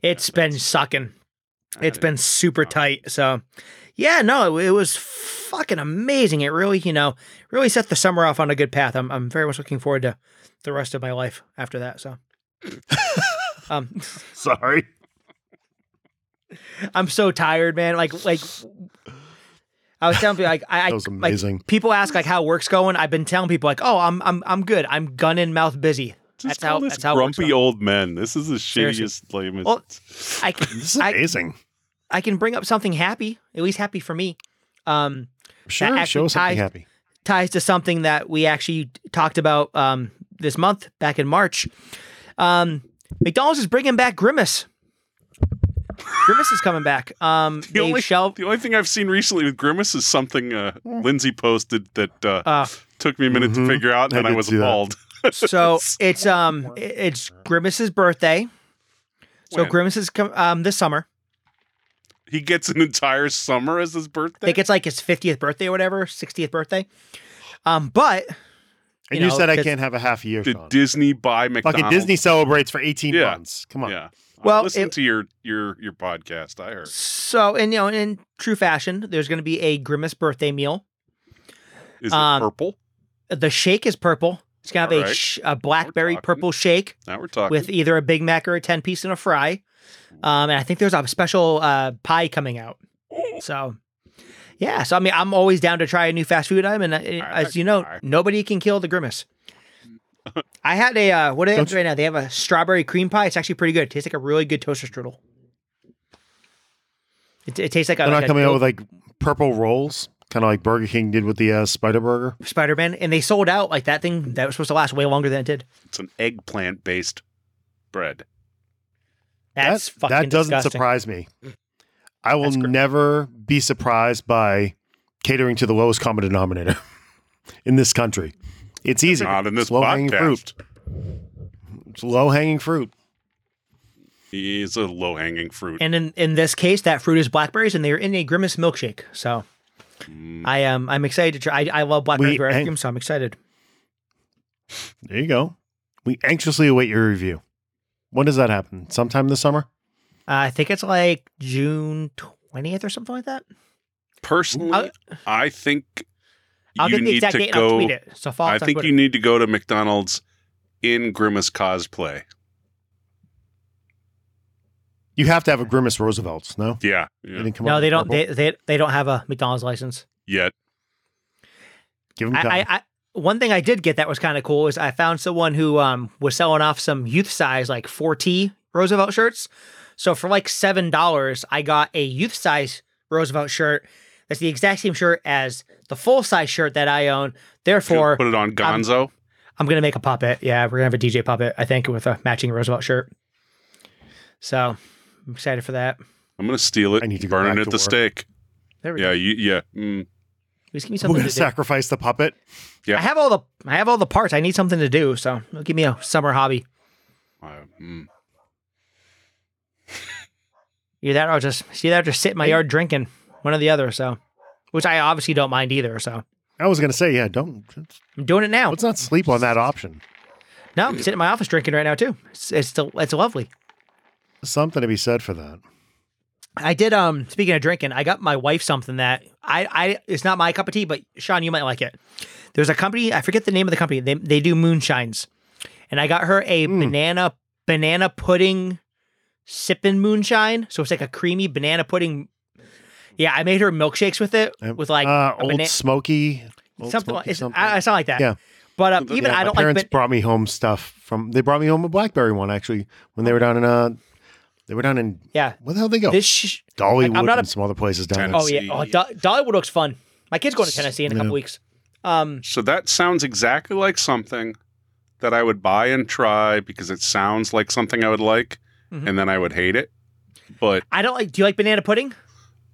it's been sucking. It's
Uh,
been super tight. So, yeah, no, it, it was fucking amazing. It really, you know, really set the summer off on a good path. I'm, I'm very much looking forward to the rest of my life after that. So, um,
sorry.
I'm so tired, man. Like like I was telling people like I I-
That was
like,
amazing.
people ask like how work's going. I've been telling people like, oh, I'm I'm I'm good. I'm gun in mouth busy.
Just
That's how-
call this
that's how it works
grumpy
out.
old men. This is the
Seriously.
shittiest, lamest.
Well, I
this is
I-
amazing.
I can bring up something happy, at least happy for me. Um,
I'm sure,
actually
show us something
ties-
happy.
ties to something that we actually talked about um this month back in March. Um, McDonald's is bringing back Grimace. Grimace is coming back. Um,
the
they've
only
shelved.
the only thing I've seen recently with Grimace is something uh, Lindsay posted that uh,
Uh,
took me a minute
Mhm.
to figure out,
I
and then I
did
was
see that.
appalled.
so it's um i- it's Grimace's birthday. So
When?
Grimace is com- um this summer.
He gets an entire summer as his
I
birthday.
think it's like his 50th birthday or whatever, 60th birthday. Um, but
And
you
you,
know,
said I
it's-
can't have a half year,
Did
Sean.
Disney buy McDonald's?
Fucking Disney celebrates for 18
Yeah.
months. Come on.
Yeah.
Well,
Well, listen
it-
to your your your podcast. I heard.
so and you know in true fashion, there's going to be a Grimace birthday meal.
Is
Um,
it purple?
The shake is purple. It's gonna have a,
Alright.
sh- a blackberry
talking.
purple shake
Now we're talking.
with either a Big Mac or a ten piece and a fry. Um, and I think there's a special uh, pie coming out. So, yeah. So I mean, I'm always down to try a new fast food item, and uh, as you know,
Alright.
nobody can kill the grimace. I had a uh, what do they have
Don't you-
right now? They have a strawberry cream pie. It's actually pretty good. It tastes like a really good toaster strudel. It, it tastes like a,
They're
like
not
a
coming
goat-
out with like purple rolls, kind of like Burger King did with the uh, Spider Burger.
Spider-Man, and they sold out like that thing that was supposed to last way longer than it did.
it's an eggplant based bread.
That's
that,
fucking
that doesn't
disgusting.
surprise me. I will
That's gross.
never be surprised by catering to the lowest common denominator in this country. It's easy.
Not in this
it's low hanging fruit.
podcast.
It's low hanging fruit.
He's a low hanging fruit.
And in, in this case, that fruit is blackberries, and they're in a grimace milkshake. So
Mm,
I am I'm excited to try. I, I love blackberry
We-
ice
hey.
cream, so I'm excited.
There you go. We anxiously await your review. When does that happen? Sometime this summer?
Uh, I think it's like June twentieth or something like that.
Personally,
I'll-
I think
I'll
you
get the
need
exact
to
date. and
go.
I'll tweet it. So follow.
I
us on
think
Twitter.
you need to go to McDonald's in Grimace cosplay.
You have to have a Grimace Roosevelt's, no?
Yeah.
They
yeah.
didn't come out
No,
with
they don't.
purple?
They, they they don't have a McDonald's license.
Yet.
Give them time.
I, I, I one thing I did get that was kind of cool is I found someone who um was selling off some youth size like 4T Roosevelt shirts. So for like seven dollars, I got a youth size Roosevelt shirt. That's the exact same shirt as the full size shirt that I own. Therefore,
Put it on Gonzo.
I'm gonna make a puppet. Yeah, we're gonna have a DJ puppet. I think with a matching Roosevelt shirt. So I'm excited for that.
I'm gonna steal it.
I need to go
burn
back
it at
to
the
work.
stake.
There we
Yeah,
go.
you, yeah. Mm.
Just give me
We're
something
going
to
to
do.
sacrifice the puppet.
I have all the I have all the parts. I need something to do. So it'll give me a summer hobby.
Uh, mm.
Either that or I'll just see that or just sit in my yard drinking, one or the other. So, which I obviously don't mind either. So
I was going to say, yeah, don't.
I'm doing it now.
Let's not sleep on that option.
No, I'm sitting in my office drinking right now too. It's it's, still, it's lovely.
Something to be said for that.
I did. Um, speaking of drinking, I got my wife something that I I it's not my cup of tea, but Sean, you might like it. There's a company I forget the name of the company. They they do moonshines, and I got her a
Mm.
banana banana pudding sipping moonshine. So it's like a creamy banana pudding. Yeah, I made her milkshakes with it
Um,
with like
uh,
a
old
bana-
smoky, old
something like
Smoky
it's, I, I sound like that.
Yeah.
But um, even
Yeah,
I
my
don't like.
parents
Ban-
brought me home stuff from. They brought me home a BlackBerry one actually when they were down in uh, they were down in
yeah.
where the hell they go?
This. Sh- like, I'm
Dollywood
not a-
and some other places down there.
oh yeah. Oh, Do- Dollywood looks fun. My kid's going to Tennessee in a couple
Yeah.
weeks. Um.
So that sounds exactly like something that I would buy and try because it sounds like something I would like,
Mhm.
and then I would hate it. But
I don't like. Do you like banana pudding?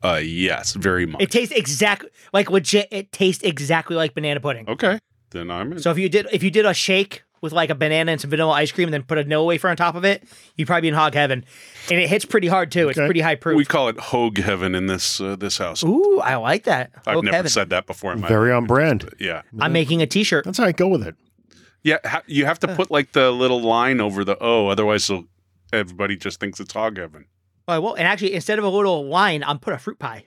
uh, yes, very much.
It tastes exactly like legit. It tastes exactly like banana pudding.
okay, then I'm in.
So if you did if you did a shake with like a banana and some vanilla ice cream and then put a no wafer on top of it, you'd probably be in hog heaven. And it hits pretty hard too. It's
Okay.
pretty high proof.
we call it Hogue Heaven in this uh, this house.
Ooh, I like that.
I've
Hog
never
heaven.
said that before in Oh, my
very on brand.
yeah
I'm making a T-shirt.
That's all right. Go with it.
yeah. Ha- you have to put like the little line over the O, otherwise they'll- everybody just thinks it's Hog Heaven.
Oh, well, and actually, instead of a little wine, I'm put a fruit pie.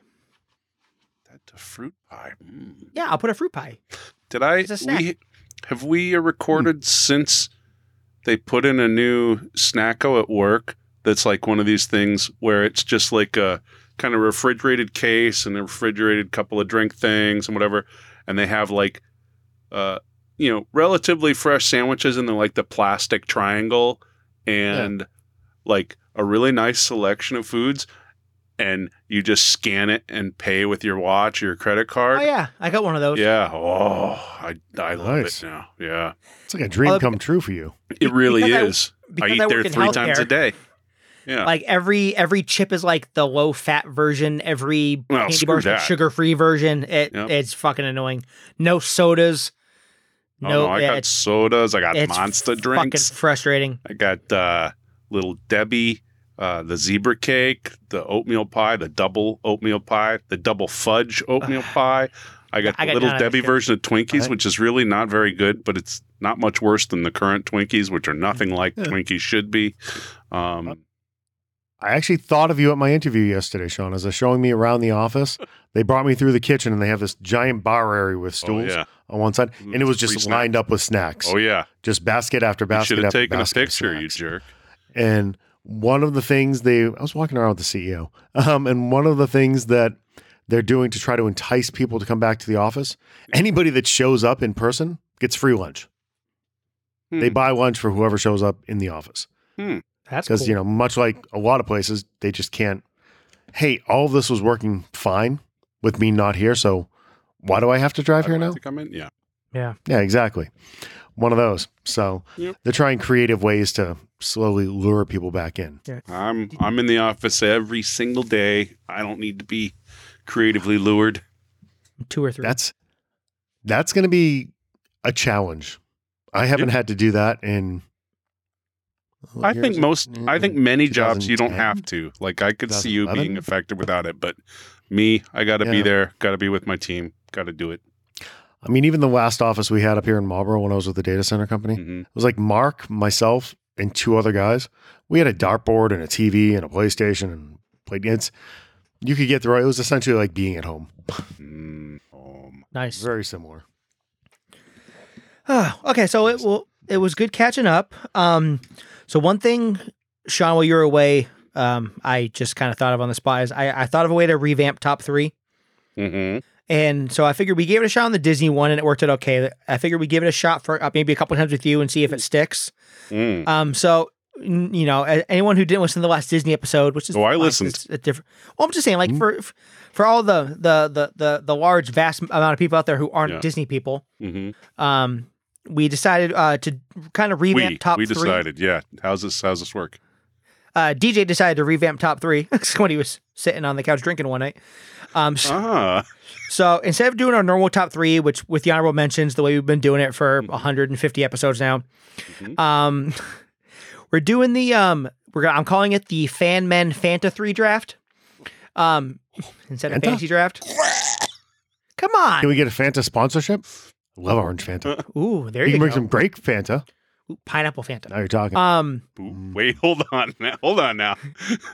That the fruit pie. Mm.
Yeah, I'll put a fruit pie.
Did I?
It's a snack.
We, have we recorded since they put in a new snacko at work that's like one of these things where it's just like a kind of refrigerated case and a refrigerated couple of drink things and whatever. And they have like, uh, you know, relatively fresh sandwiches in the like the plastic triangle and like a really nice selection of foods. And you just scan it and pay with your watch or your credit card.
Oh yeah, I got one of those.
Yeah. Oh, I, I love
Nice.
it now. Yeah.
It's like a dream
Uh,
come true for you.
It really
because I-
is. I,
because
eat
I
there
work in
three times a
healthcare.
day. Yeah.
Like every every chip is like the low fat version. Every
Well,
candy
screw
bar
that.
sugar free version. It
Yep.
it's fucking annoying. No sodas.
Oh,
No,
I
yeah,
got
it's
sodas. I got
it's
monster drinks.
fucking frustrating.
I got uh, little Debbie, uh, the zebra cake, the oatmeal pie, the double oatmeal pie, the double fudge oatmeal pie. I got,
I
the
got
little
none of that
Debbie
shit.
version of Twinkies,
Alright.
which is really not very good, but it's not much worse than the current Twinkies, which are nothing
Mm.
like
Yeah.
Twinkies should be. Um,
I actually thought of you at my interview yesterday, Sean, as they're showing me around the office. They brought me through the kitchen and they have this giant bar area with
oh,
stools
yeah. Mm,
on one side, and it was
Free
just
snack.
lined up with snacks,
Oh, yeah.
just basket after
You
basket.
should have
after
taken a
basket of
picture, you
snacks.
jerk.
And one of the things they, I was walking around with the CEO, um, and one of the things that they're doing to try to entice people to come back to the office, anybody that shows up in person gets free lunch. They
Hmm.
buy lunch for whoever shows up in the office
That's
because
cool.
you know, much like a lot of places, they just can't. Hey, all of this was working fine with me not here, so why do I have to drive
I'd
here
like
now?
to come in? Yeah.
Yeah, exactly. One of those. So
Yep.
they're trying creative ways to slowly lure people back in.
I'm I'm in the office every single day. I don't need to be creatively lured.
Two or three.
That's that's going to be a challenge. I haven't had to do that in.
I think most I think many jobs you don't
2010?
have to. Like I could see you
2011?
being affected without it, but me, I got to be
Yeah.
there, got to be with my team, got to do it.
I mean, even the last office we had up here in Marlboro when I was with the data center company,
hmm
It was like Mark, myself, and two other guys. We had a dartboard and a TV and a PlayStation and played games. You could get through. it. It was essentially like being at home.
mm Um,
nice.
Very similar.
Ah, okay, so it well, it was good catching up. Um, so one thing, Sean, while you were away, um, I just kind of thought of on the spot is I, I thought of a way to revamp top three,
mhm.
and so I figured we gave it a shot on the Disney one, and it worked out okay. I figured we give it a shot for uh, maybe a couple times with you and see if it sticks.
Mm.
Um, so n- you know, a- anyone who didn't listen to the last Disney episode, which is
Oh, I
fine,
listened. Mm-hmm.
It's a different. Well, I'm just saying, like for f- for all the the the the the large vast amount of people out there who aren't
Yeah.
Disney people,
mhm.
um, we decided uh, to kind of revamp
We
top
we
three.
decided, yeah. How's this how's this work?
Uh, DJ decided to revamp top three when he was sitting on the couch drinking one night. Um, so,
Ah,
so instead of doing our normal top three, which with the honorable mentions, the way we've been doing it for
Mm-hmm.
150 episodes now,
Mhm.
um, we're doing the um, we're gonna, I'm calling it the Fan Men Fanta three draft. Um, instead of
Fanta?
fantasy draft. Come on!
Can we get a Fanta sponsorship? Love Orange Fanta.
Ooh, there you,
you can
go.
bring some great Fanta.
Ooh, Pineapple Fanta.
Now you're talking.
Um,
Ooh, wait, hold on, now, hold on now.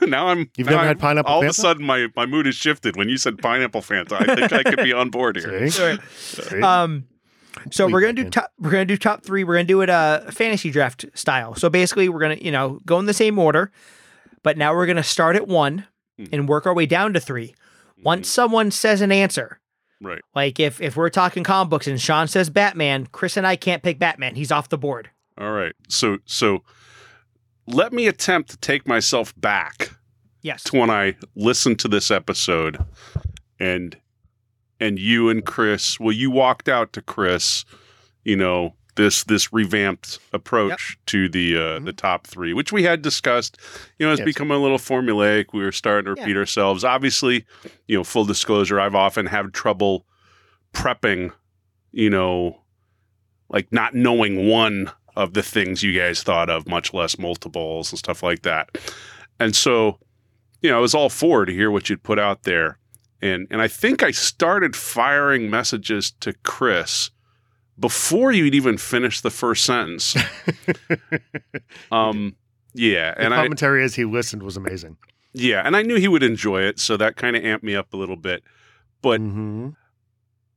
now I'm.
Mm. You've
now
never
I'm-
had pineapple
All of a
Fanta?
sudden, my my mood has shifted. When you said pineapple Fanta, I think I could be on board here.
See?
sorry.
See?
Um, so
Sweet
we're gonna do
bacon.
top. We're gonna do top three. We're gonna do it uh fantasy draft style. So basically, we're gonna you know go in the same order, but now we're gonna start at one
Mhm.
and work our way down to three. Once someone says an answer,
Hmm. Right.
like if if we're talking comic books and Sean says Batman, Chris and I can't pick Batman. He's off the board.
All right. So so let me attempt to take myself back
Yes.
to when I listened to this episode and and you and Chris, well you walked out to Chris, you know, this this revamped approach to the uh
Mm-hmm.
the top 3, which we had discussed, you know, it's
Yes.
become a little formulaic. We were starting to
Yeah.
repeat ourselves. Obviously, you know, full disclosure, I've often had trouble prepping, you know, like not knowing one of the things you guys thought of, much less multiples and stuff like that. And so, you know, I was all for to hear what you'd put out there. And and I think I started firing messages to Chris before you'd even finished the first sentence. um yeah,
the
and I
commentary as he listened was amazing.
yeah, and I knew he would enjoy it, so that kind of amped me up a little bit. But
hmm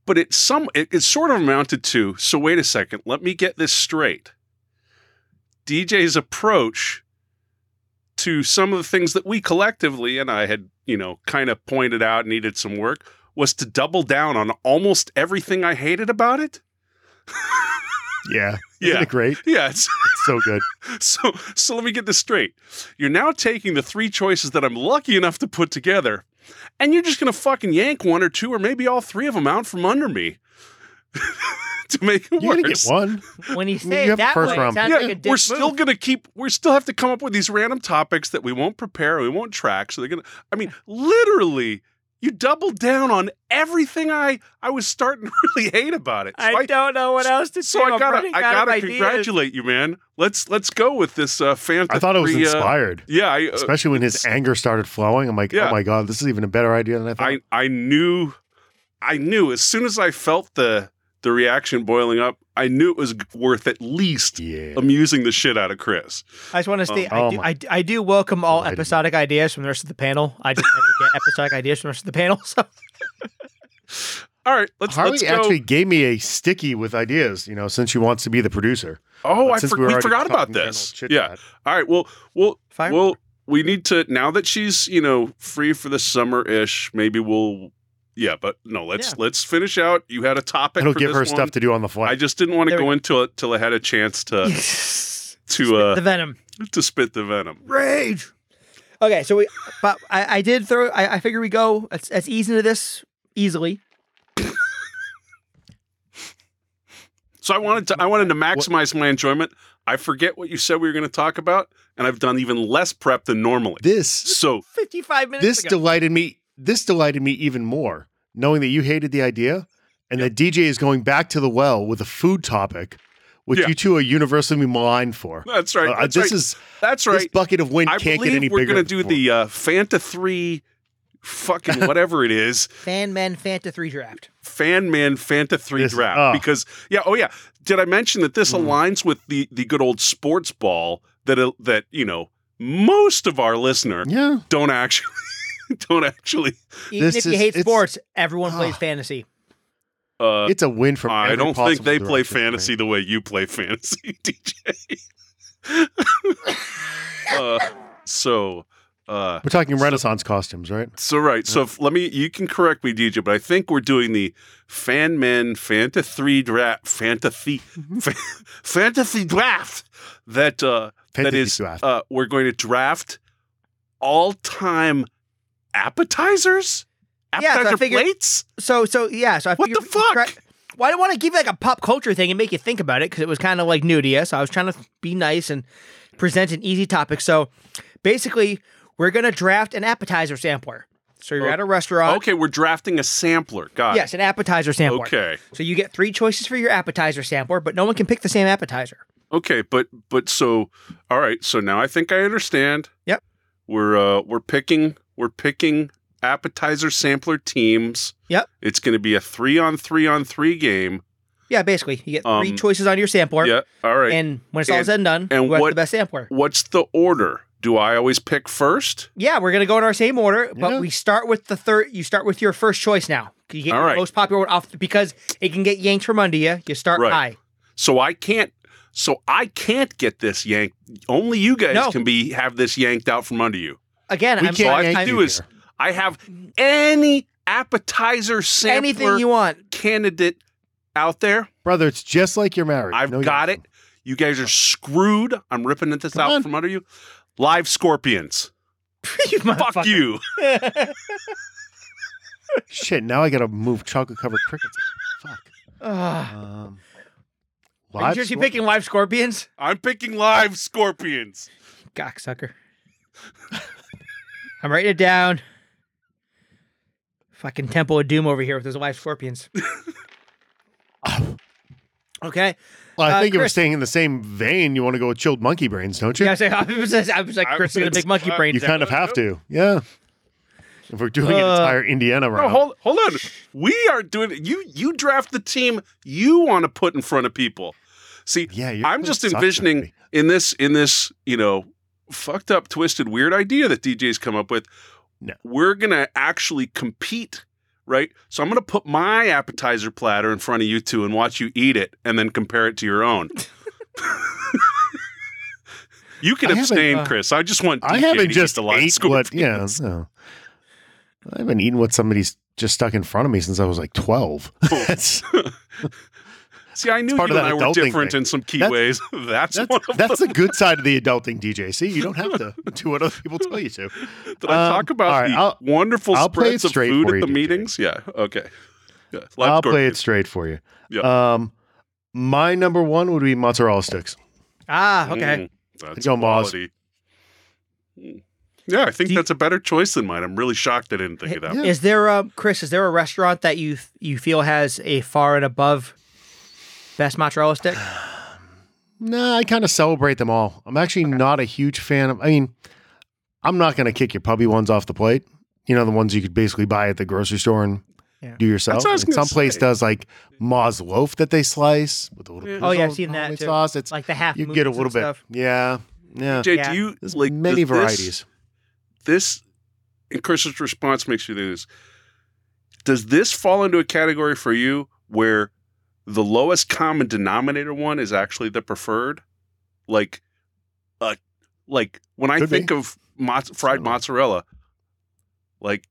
but it some it, it sort of amounted to so wait a second let me get this straight dj's approach to some of the things that we collectively and I had, you know, kind of pointed out needed some work was to double down on almost everything I hated about it.
Yeah. Isn't
Yeah.
it great?
Yeah, it's
It's so good.
so so let me get this straight. You're now taking the three choices that I'm lucky enough to put together, and you're just gonna fucking yank one or two or maybe all three of them out from under me to make
You're
it worse.
gonna get one.
When you
You
say
have
it that
first
way, it
round.
sounds
yeah,
like a dick
we're still
move.
gonna keep. We still have to come up with these random topics that we won't prepare, we won't track. So they're gonna. I mean, literally, you doubled down on everything I I was starting to really hate about it. So
I don't know what else to
so
do.
I
I'm
gotta,
running
I
out of
gotta
ideas.
congratulate you, man. Let's let's go with this uh, Fanta.
I thought it was
3, uh,
inspired.
yeah, I, uh,
Especially when his anger started flowing. I'm like,
Yeah.
oh my god, this is even a better idea than I thought.
I I knew, I knew as soon as I felt the the reaction boiling up, I knew it was g- worth at least
yeah.
amusing the shit out of Chris.
I just want to state
Oh
I, do,
my-
I, do- I do welcome all
Delighted.
episodic ideas from the rest of the panel. I just never get episodic ideas from the rest of the panel. So
All right, let's
Harley
let's go.
actually gave me a sticky with ideas, you know, since she wants to be the producer.
oh,
But
I
since
for-
were
we,
already
forgot about
talking general
this. Yeah.
chit-chat,
All right. Well, well,
fire.
well, we need to now that she's you know free for the summer ish. Maybe we'll. Yeah, but no. Let's
Yeah.
let's finish out. You had a topic.
It'll
for
give
this
her
one.
stuff to do on the fly.
I just didn't want to
There we
go into it till I had a chance to to
the
uh
venom
to spit the venom.
rage. Okay, so we, but I, I did throw. I, I figure we go as, as easy into this easily.
So I wanted to I wanted to maximize my enjoyment. I forget what you said we were going to talk about, and I've done even less prep than normally.
this
So
Fifty-five minutes.
this
ago.
delighted me. This delighted me even more, knowing that you hated the idea and that DJ is going back to the well with a food topic, which
Yeah.
you two are universally maligned for.
that's right.
Uh,
That's
this
right.
is
that's
this
right.
bucket of wind
I
can't get
believe
any
we're
bigger.
going to do
than
the uh, Fanta three, fucking whatever it is,
Fan Man Fanta three draft.
Fan Man Fanta three
This-
draft
oh.
because yeah, oh yeah. Did I mention that this
Mm.
aligns with the the good old sports ball that uh, that you know most of our listener
yeah.
don't actually don't actually
Even
This
if you
is-
hate
it's-
sports, everyone plays
Ah.
fantasy.
uh,
It's a win from.
I
every
don't think
possible
they play
direction for me.
fantasy the way you play fantasy, DJ. uh, so, uh,
We're talking Renaissance costumes, right?
so right. So if, let me. You can correct me, DJ, but I think we're doing the Fan Men Fanta Three draft, Fanta Three,
Mm-hmm.
Fa- Fantasy draft. That uh, that
Fantasy
is,
draft.
uh, we're going to draft all-time appetizers,
Yeah, so I
appetizer
figured-
plates.
So so yeah. So I
What
figured
the
we could
fuck?
try- well, I didn't want to give like a pop culture thing and make you think about it because it was kind of like new to you. So I was trying to be nice and present an easy topic. So basically, we're gonna draft an appetizer sampler. So you're
Oh.
at a restaurant.
okay, we're drafting a sampler. Got it.
Yes, an appetizer sampler.
Okay.
So you get three choices for your appetizer sampler, but no one can pick the same appetizer.
Okay, but but so all right, so now I think I understand.
Yep.
We're uh we're picking we're picking appetizer sampler teams.
Yep.
It's going to be a 3 on 3 on 3 game.
Yeah, basically, you get three
Um,
choices on your sampler,
yeah. All right.
and when it's all
And-
said and done,
and
what's
what-
the best sampler?
What's the order? Do I always pick first?
Yeah, we're gonna go in our same order, but
Yeah.
we start with the third. You start with your first choice now. You get
All
your
right.
most popular one off because it can get yanked from under you. You start
Right.
high.
So I can't so I can't get this yanked. Only you guys
No.
can be have this yanked out from under you.
Again,
we
I'm
can't
all I
sorry.
yank
I'm-
do
you
is-
here.
I have any appetizer sampler
anything you want.
candidate out there?
brother. It's just like you're married.
I've
No, you're
got
not.
it. You guys are screwed. I'm ripping this
Come
out
on.
from under you. Live scorpions.
you
Fuck
motherfucker.
you.
Shit. Now I gotta move chocolate covered crickets. Fuck.
Ugh.
Um,
Are you
live
sure you're
scorp-
picking live scorpions?
I'm picking live scorpions.
Cocksucker. I'm writing it down. Fucking Temple of Doom over here with those live scorpions. okay.
Well, I
Uh,
think if we're
Chris-
staying in the same vein, you want to go with chilled monkey brains, don't you?
Yeah, I was like, I was like, I was like
I
Chris is gonna
was-
make monkey
uh,
brains.
you kind of have to. Yeah. If we're doing an
Uh,
entire Indiana
No,
round,
hold hold on. We are doing you you draft the team you want to put in front of people. See,
yeah, you're
I'm
gonna
just
suck this
envisioning
movie.
in this in this, you know, fucked up, twisted, weird idea that DJ's come up with.
No.
We're gonna actually compete, right? So I'm gonna put my appetizer platter in front of you two and watch you eat it and then compare it to your own. You
I
can
haven't,
abstain,
uh,
Chris. I just want.
I
DK
haven't
to
just
eat the live
ate
scoop.
what. Yeah, no. I haven't eaten what somebody's just stuck in front of me since I was like twelve. that's
See, I knew you
part
and
of that
I were
adulting
different
thing.
in some key
That's-
ways. That's,
that's
one of
that's
them.
the good side of the adulting, DJ. See, you don't have to do what other people tell you to.
Did I
um,
talk about
all right,
the
I'll-
wonderful
I'll play
spreads
it
of
straight
food
for
at
you,
the
DJ.
meetings? Yeah. Okay. Yeah, live
I'll
scoop.
play it straight for you.
Yeah.
Um, my number one would be mozzarella sticks.
Ah, okay.
Mm, that's
Joe Moss.
quality. Mm. Yeah, I think
Do you-
that's a better choice than mine. I'm really shocked I didn't think of that.
Yeah.
one.
Is there a Chris? Is there a restaurant that you you feel has a far and above best mozzarella stick?
Nah, I kind of celebrate them all. I'm actually not a huge fan of. I mean, I'm not going to kick your puppy ones off the plate. You know, the ones you could basically buy at the grocery store and
Yeah.
do yourself.
That's what I was
And
gonna
some place
say.
does like Ma's loaf that they slice with a little.
Yeah.
Oh, yeah, I've
drizzle
seen that,
homemade
too.
Sauce. It's
Like the half.
you can get a
moons and
little bit.
stuff?
Yeah, yeah.
Jay,
Yeah.
do you
There's
like
many
does this-
varieties.
This, and Chris's response makes you think this. Does this fall into a category for you where the lowest common denominator one is actually the preferred? Like, uh, like when I
Could
think
be.
of mozz- fried
Certainly.
mozzarella, like,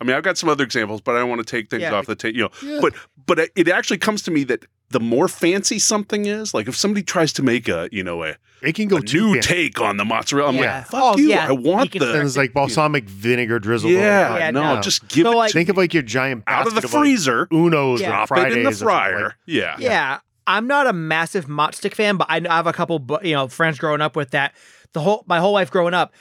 I mean, I've got some other examples, but I don't want to take things
Yeah.
off the table. You know,
Yeah.
but but it- it actually comes to me that the more fancy something is, like if somebody tries to make a you know a,
it can
a
go too
new
fancy.
take on the mozzarella, I'm
Yeah.
like, fuck
Oh,
you,
yeah.
I want
You can
Then
the
Um, there's like balsamic vinegar drizzled. over
yeah,
it.
Yeah,
no,
no.
just give
So,
it
like-
to
Think
me
of like your giant
out of the
basket like,
freezer,
Unos
Yeah.
or
drop
Fridays
it in
or
the
something
fryer.
like-
yeah.
Yeah. I'm not a massive mott stick fan, but I, know- I have a couple, bu- you know, friends growing up with that. The whole my whole life growing up,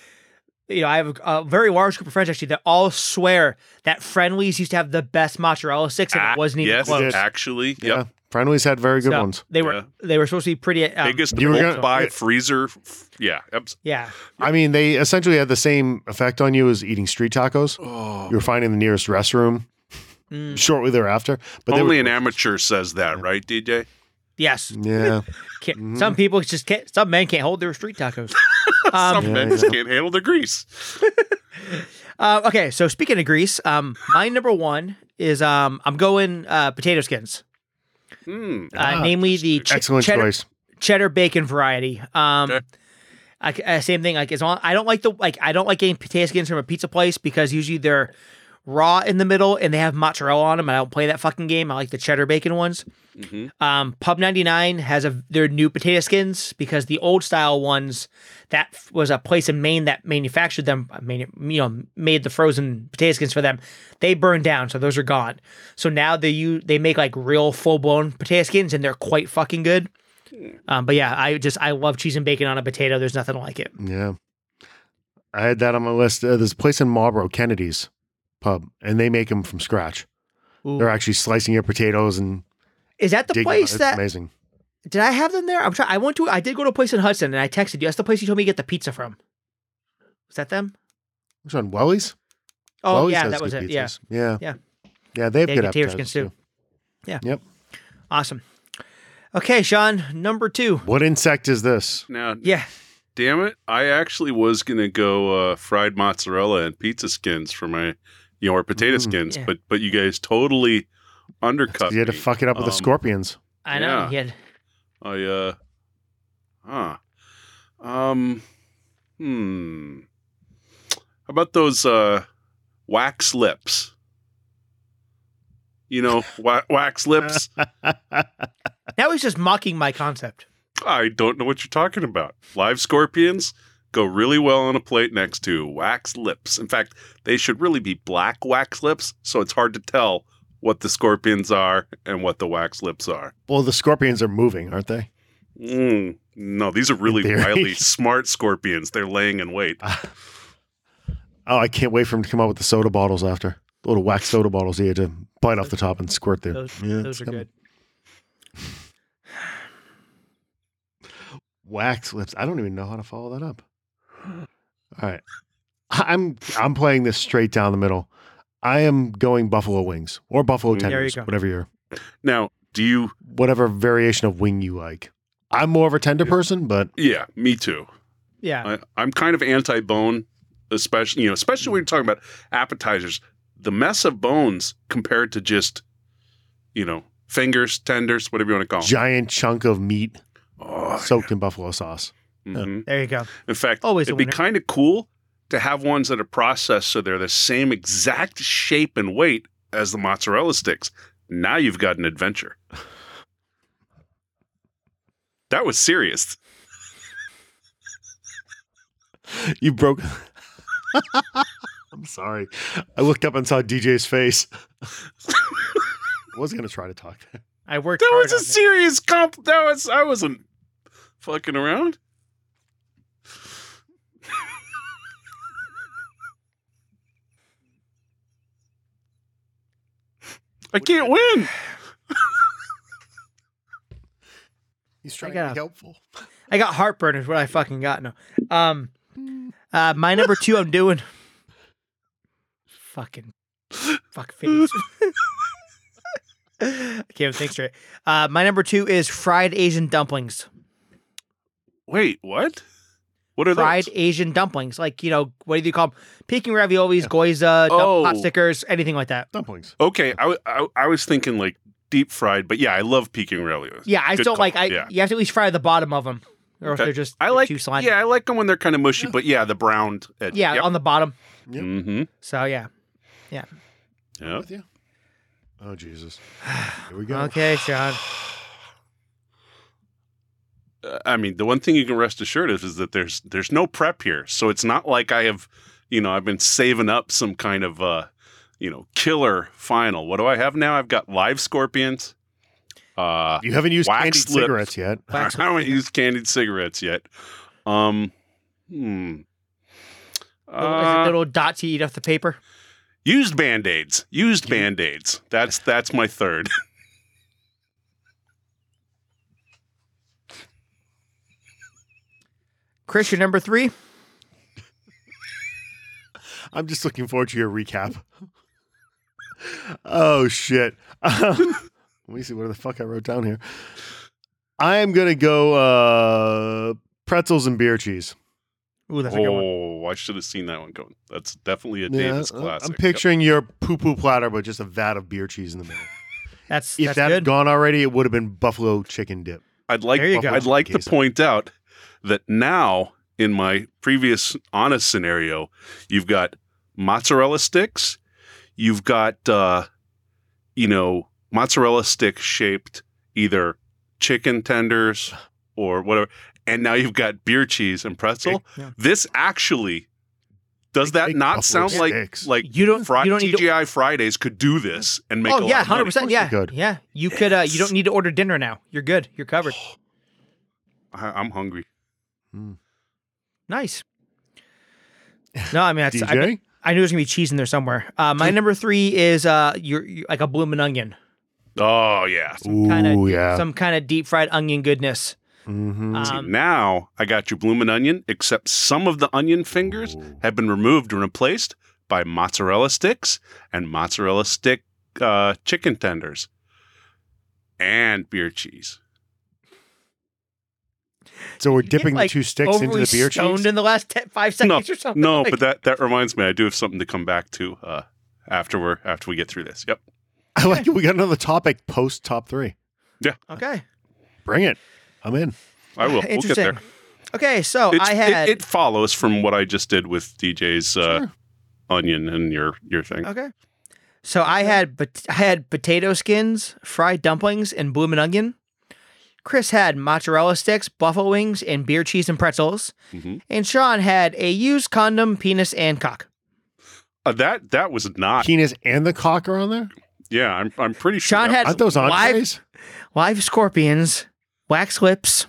you know, I have a, a very large group of friends actually that all swear that Friendlies used to have the best mozzarella sticks, and
Ah,
it wasn't even
yes,
close.
Yes.
actually, yep.
Yeah, Friendly's had very good
So,
ones.
They were
Yeah.
they were supposed to be pretty. Um,
biggest
You were
bulk
gonna-
buy
it-
freezer. f- Yeah, abs-
yeah,
I mean, they essentially had the same effect on you as eating street tacos.
oh,
You were finding the nearest restroom
Mm,
shortly thereafter, but they
only
were,
an amateur says that, right, DJ?
yes.
yeah,
Can't-
Mhm.
Some people just can't. Some men can't hold their street tacos. Um,
Some men
Yeah,
just can't handle the grease.
Uh, okay, so speaking of grease, um, my number one is um, I'm going uh, potato skins,
Hmm.
uh,
Ah,
namely the ch-
excellent
cheddar,
choice.
cheddar bacon variety. Um,
Okay.
I c- uh, same thing. Like as long I don't like the like I don't like getting potato skins from a pizza place because usually they're raw in the middle and they have mozzarella on them. And I don't play that fucking game. I like the cheddar bacon ones.
Mhm.
Um, Pub ninety nine has a their new potato skins because the old style ones that f- was a place in Maine that manufactured them. I mean, you know, made the frozen potato skins for them. They burned down, so those are gone. So now they you they make like real full blown potato skins and they're quite fucking good. Um, but yeah, I just I love cheese and bacon on a potato. There's nothing like it.
Yeah, I had that on my list. Uh, there's a place in Marlboro, Kennedy's pub, and they make them from scratch.
Ooh.
They're actually slicing your potatoes and
Is that the
digging.
place
it's
that
amazing.
did I have them there? I'm trying. I went to. I did go to a place in Hudson, and I texted you. That's the place you told me to get the pizza from. Was that them?
Which one, Wellies?
Oh
Chloe
yeah,
says
that was
good
it. Yeah,
pizzas. yeah,
Yeah.
yeah. They
They
have good
get tater
appetizers,
skins, too.
Yep.
awesome. Okay, Sean, number two.
What insect is this?
Now,
Yeah,
Damn it! I actually was gonna go uh, fried mozzarella and pizza skins for my, you know, or potato
Mm.
skins,
Yeah.
but but you guys totally undercut
You had to
me.
fuck it up with the
Um,
scorpions.
I know.
Yeah.
He had
I uh, huh. Um, hmm. How about those uh, wax lips? You know, wa- wax lips.
now he's just mocking my concept.
I don't know what you're talking about. Live scorpions go really well on a plate next to wax lips. In fact, they should really be black wax lips, so it's hard to tell what the scorpions are and what the wax lips are.
Well, the scorpions are moving, aren't they?
Mm, no, these are really
theory.
wily, smart scorpions. They're laying in wait.
Oh, I can't wait for him to come out with the soda bottles after. The little wax soda bottles he had to bite off the top and squirt there.
Those,
Yeah,
those
it's
are
coming.
good.
Wax lips. I don't even know how to follow that up. All right. I- I'm I'm playing this straight down the middle. I am going buffalo wings or buffalo
Mm. There
you
tenders,
go.
whatever your
Now, do you?
whatever variation of wing you like. I'm more of a tender person, but
Yeah, me too.
Yeah,
I, I'm kind of anti bone, especially you know, especially when you're talking about appetizers. The mess of bones compared to just, you know, fingers, tenders, whatever you want to call them.
giant chunk of meat
Oh,
soaked in buffalo sauce.
Mhm.
There you go.
In fact,
uh, Always a
it'd be
winner.
kind of cool to have ones that are processed so they're the same exact shape and weight as the mozzarella sticks. Now you've got an adventure. That was serious.
You broke. I'm sorry. I looked up and saw DJ's face. I was gonna try to talk.
I worked
That
hard
was a
on that.
serious comp. That was I wasn't fucking around. I can't win.
He's trying
gotta-
to be helpful.
I got heartburn is what I fucking got. No. Um uh my number two I'm doing fucking fuck face. I can't even think straight. Uh my number two is fried Asian dumplings.
Wait, what? What are
Fried
those?
Asian dumplings. Like, you know, what do you call them? Peking raviolis, goiza, dump,
Oh.
hot stickers, anything like that.
Dumplings.
Okay, I, w- I, I was thinking like deep fried, but yeah, I love Peking raviolis.
Yeah, I
Good
don't
call.
like I
Yeah.
you have to at least fry the bottom of them. Or if
Okay.
they're just
I
they're
like
too slimy.
yeah, I like them when they're kind of mushy, but yeah, the browned edge.
Yeah, on the bottom.
Yep.
Mm-hmm.
So yeah.
Yeah.
With you. Oh Jesus. Here we go.
Okay, Sean.
Uh, I mean, the one thing you can rest assured of is that there's there's no prep here, so it's not like I have, you know, I've been saving up some kind of, uh, you know, killer final. What do I have now? I've got live scorpions. Uh,
You haven't used
Wax
candied
lips.
cigarettes yet.
I
Wax-
haven't used candied cigarettes yet. Um, hmm.
Little- is it
Uh,
little dots you eat off the paper?
Used band-aids. Used band-aids. That's that's my third.
Chris, your number three?
I'm just looking forward to your recap. oh shit. Let me see what the fuck I wrote down here. I am gonna go uh pretzels and beer cheese.
Ooh, that's a good one.
oh, I should have seen that one going. That's definitely a Davis
Yeah, uh,
classic.
I'm picturing your poo poo platter, but just a vat of beer cheese in the middle.
That's
if
that's
that had
good.
gone already, it would have been buffalo chicken dip.
I'd like
There you go.
I'd like to
Queso.
point out that now in my previous honest scenario, you've got mozzarella sticks, you've got uh, you know mozzarella stick shaped either chicken tenders or whatever, and now you've got beer cheese and pretzel.
Yeah.
This actually does that
big
not
buffalo
sound like
sticks.
like
You don't
Fri-
you don't need to
TGI Fridays could do this and make a
Oh
lot
yeah,
of money.
hundred percent. Yeah,
Of course you
yeah. You could. Uh, you
Yes.
don't need to order dinner now. You're good. You're covered.
I- I'm hungry.
Nice. No, I mean, that's, I,
DJ?
I knew there's gonna be cheese in there somewhere. Uh, my number three is uh, your, your- like a bloomin' onion,
Oh yeah.
Ooh,
kinda-
yeah.
some kind of deep fried onion goodness.
Mhm.
See,
Um,
now I got you bloomin' onion, except some of the onion fingers
Ooh.
have been removed and replaced by mozzarella sticks and mozzarella stick uh, chicken tenders and beer cheese.
So we're
you get,
dipping
like,
the two sticks into
overly
the beer
stoned
cheese.
in the last 10, five
No,
seconds or something.
no,
Like,
but that that reminds me, I do have something to come back to uh, after we're after we get through this. Yep.
I like it. We got another topic post top three.
okay,
Bring it. I'm in.
I will. We'll get
interesting.
there.
Okay, so
It's-
I had
it, it follows from what I just did with DJ's uh, onion and your your thing.
Okay. So I had pot- I had potato skins, fried dumplings, and bloomin' onion. Chris had mozzarella sticks, buffalo wings, and beer cheese and pretzels.
Mhm.
And Sean had a used condom, penis, and cock.
Uh, that that was not.
Penis and the cock are on there.
Yeah, I'm I'm pretty sure.
Sean
that
had
Aren't those
Live-
entrees?
live scorpions, wax lips,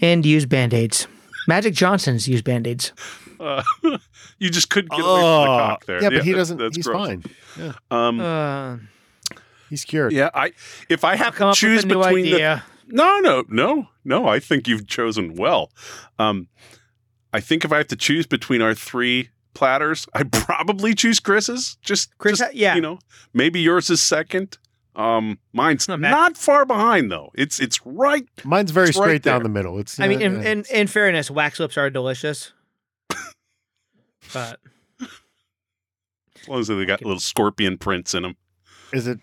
and used band aids. Magic Johnson's used band aids.
Uh, you just couldn't get away from the cock there.
Oh. yeah, but he
that-
doesn't.
that's
he's
gross.
fine.
Um,
Uh,
He's cured.
yeah, I if I have
come
to
up
choose
with a new
between the
idea.
no, no, no, no. I think you've chosen well. Um, I think if I have to choose between our three platters, I probably choose Chris's. Just
Chris,
just,
ha- yeah.
you know, maybe yours is second. Um, mine's
No,
not,
Matt-
far behind though. It's it's right.
Mine's very
It's right
straight down the
there.
middle. It's.
I mean,
yeah,
in,
yeah.
in, in fairness, wax lips are delicious. But
As long as they got little scorpion prints in them.
is it?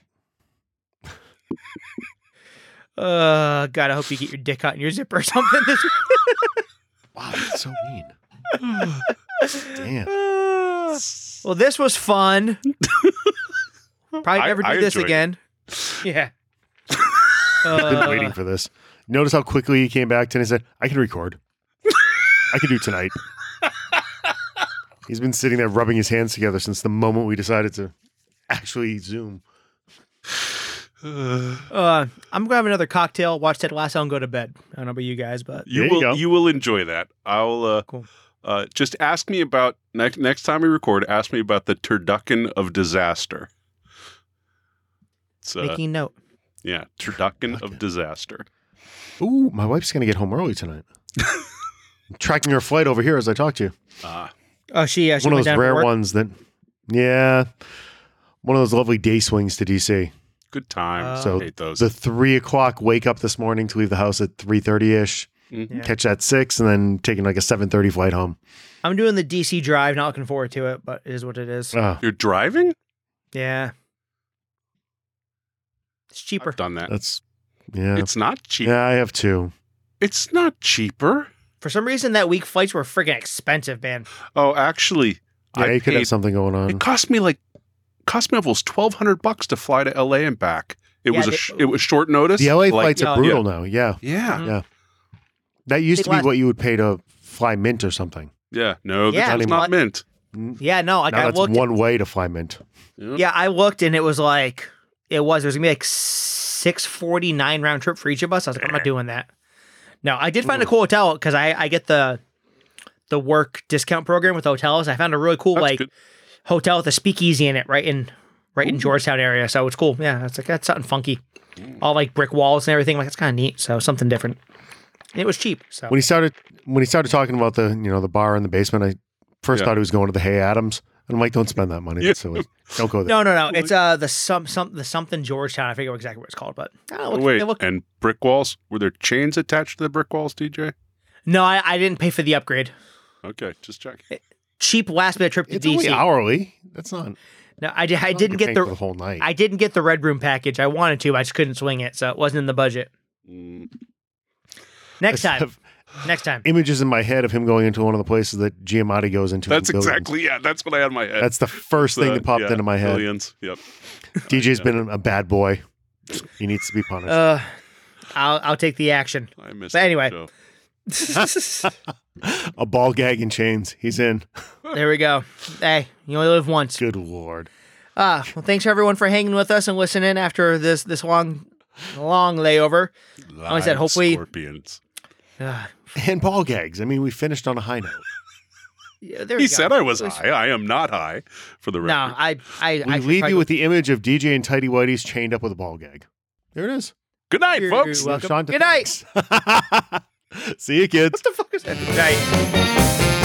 Uh, God, I hope you get your dick out in your zipper or something. This
Wow, that's so mean. Damn.
well, this was fun. Probably
I-
never do
I
this
enjoyed it.
again. Yeah.
Been
Uh,
waiting for this. Notice how quickly he came back to and said, I can record. I can do tonight. He's been sitting there rubbing his hands together since the moment we decided to actually Zoom.
uh, I'm gonna have another cocktail, watch Ted Lasso, and go to bed. I don't know about you guys, but
you
There you
will
go.
you will enjoy that. I'll uh,
Cool.
uh, just ask me about next next time we record. Ask me about the turducken of disaster. It's, uh,
making note.
yeah, turducken
Turducken.
of disaster.
Ooh, my wife's going to get home early tonight. I'm tracking her flight over here as I talk to you.
Ah,
Oh, she, uh, she
one
went
of those
down to
rare
work.
ones that, yeah, one of those lovely day swings to DC.
good time.
Uh,
So
I hate those.
The three o'clock wake up this morning to leave the house at three thirty ish,
Mhm.
Yeah.
catch that six, and then taking like a seven thirty flight home.
I'm doing the DC drive. Not looking forward to it, but it is what it is.
Oh,
You're driving?
yeah. It's cheaper.
I've done that.
Ah, that's yeah,
It's not cheap.
yeah. I have two.
It's not cheaper.
For some reason, that week flights were freaking expensive, man.
Oh, actually,
Yeah,
I
you could have
paid-
something going
It
on.
cost me like cost me almost twelve hundred bucks to fly to LA and back. It
Yeah,
was a
they-
sh- it was short notice.
The LA
like-
flights
yeah.
are brutal now. Yeah,
Yeah,
Mhm.
that used to
They
be
last-
what you would pay to fly Mint or something.
yeah. No, this
Yeah.
was
Not
not mint.
N-
Yeah, no, like
now
I
that's
looked.
one way to fly Mint.
Mm-hmm.
yeah, I looked, and it was like it was. It was gonna be like six forty nine round trip for each of us. I was like, I'm not doing that. No, I did find a cool hotel because I I get the the work discount program with hotels. I found a really cool
That's
like
good.
hotel with a speakeasy in it, right in right in Georgetown area. So it's cool. Yeah, it's like that's something funky. All like brick walls and everything. Like it's kind of neat. So something different. And it was cheap. So
when he started when he started talking about the you know the bar in the basement, I first
Yeah.
thought he was going to the Hay Adams, and I'm like, don't spend that money.
Yeah.
That's silly. Don't go there.
no, no, no. It's uh the some some the something Georgetown. I forget exactly what it's called, but I don't know, it
Oh,
looked-
wait,
it looked-
and brick walls? Were there chains attached to the brick walls, DJ?
no, I, I didn't pay for the upgrade.
Okay, just check.
Eh, Cheap last minute trip to
It's only
DC.
hourly. That's not.
No, I, di- I didn't
not like you're
get
paying for
the
whole night.
I didn't get the red room package. I wanted to, I just couldn't swing it, so it wasn't in the budget.
Mm.
Next time,
I have
next time.
images in my head of him going into one of the places that Giamatti goes into.
That's
in Billions.
exactly yeah. That's what I had in my head.
That's the first thing
Uh,
that popped
yeah,
into my head.
Billions. Yep.
DJ's
Yeah.
been a bad boy. He needs to be punished.
Uh, I'll I'll take the action.
I missed.
But
that
anyway.
show.
Uh,
a ball gag in chains. He's in.
there we go. Hey, you only live once.
Good lord.
Ah, well, thanks everyone for hanging with us and listening after this this long, long layover.
Live
said, hopefully-
scorpions.
Ah,
And ball gags. I mean, we finished on a high note.
yeah, there
He
you go.
said I was
It was-
high. I am not high. For the
No,
record.
I I,
We
I should
leave
probably
you with the image of DJ and Tidy Whitey's chained up with a ball gag. There it is.
Good night,
You're-
folks.
you're welcome.
Sean,
Good night.
thanks. See you, kids.
What the fuck is that? Good night.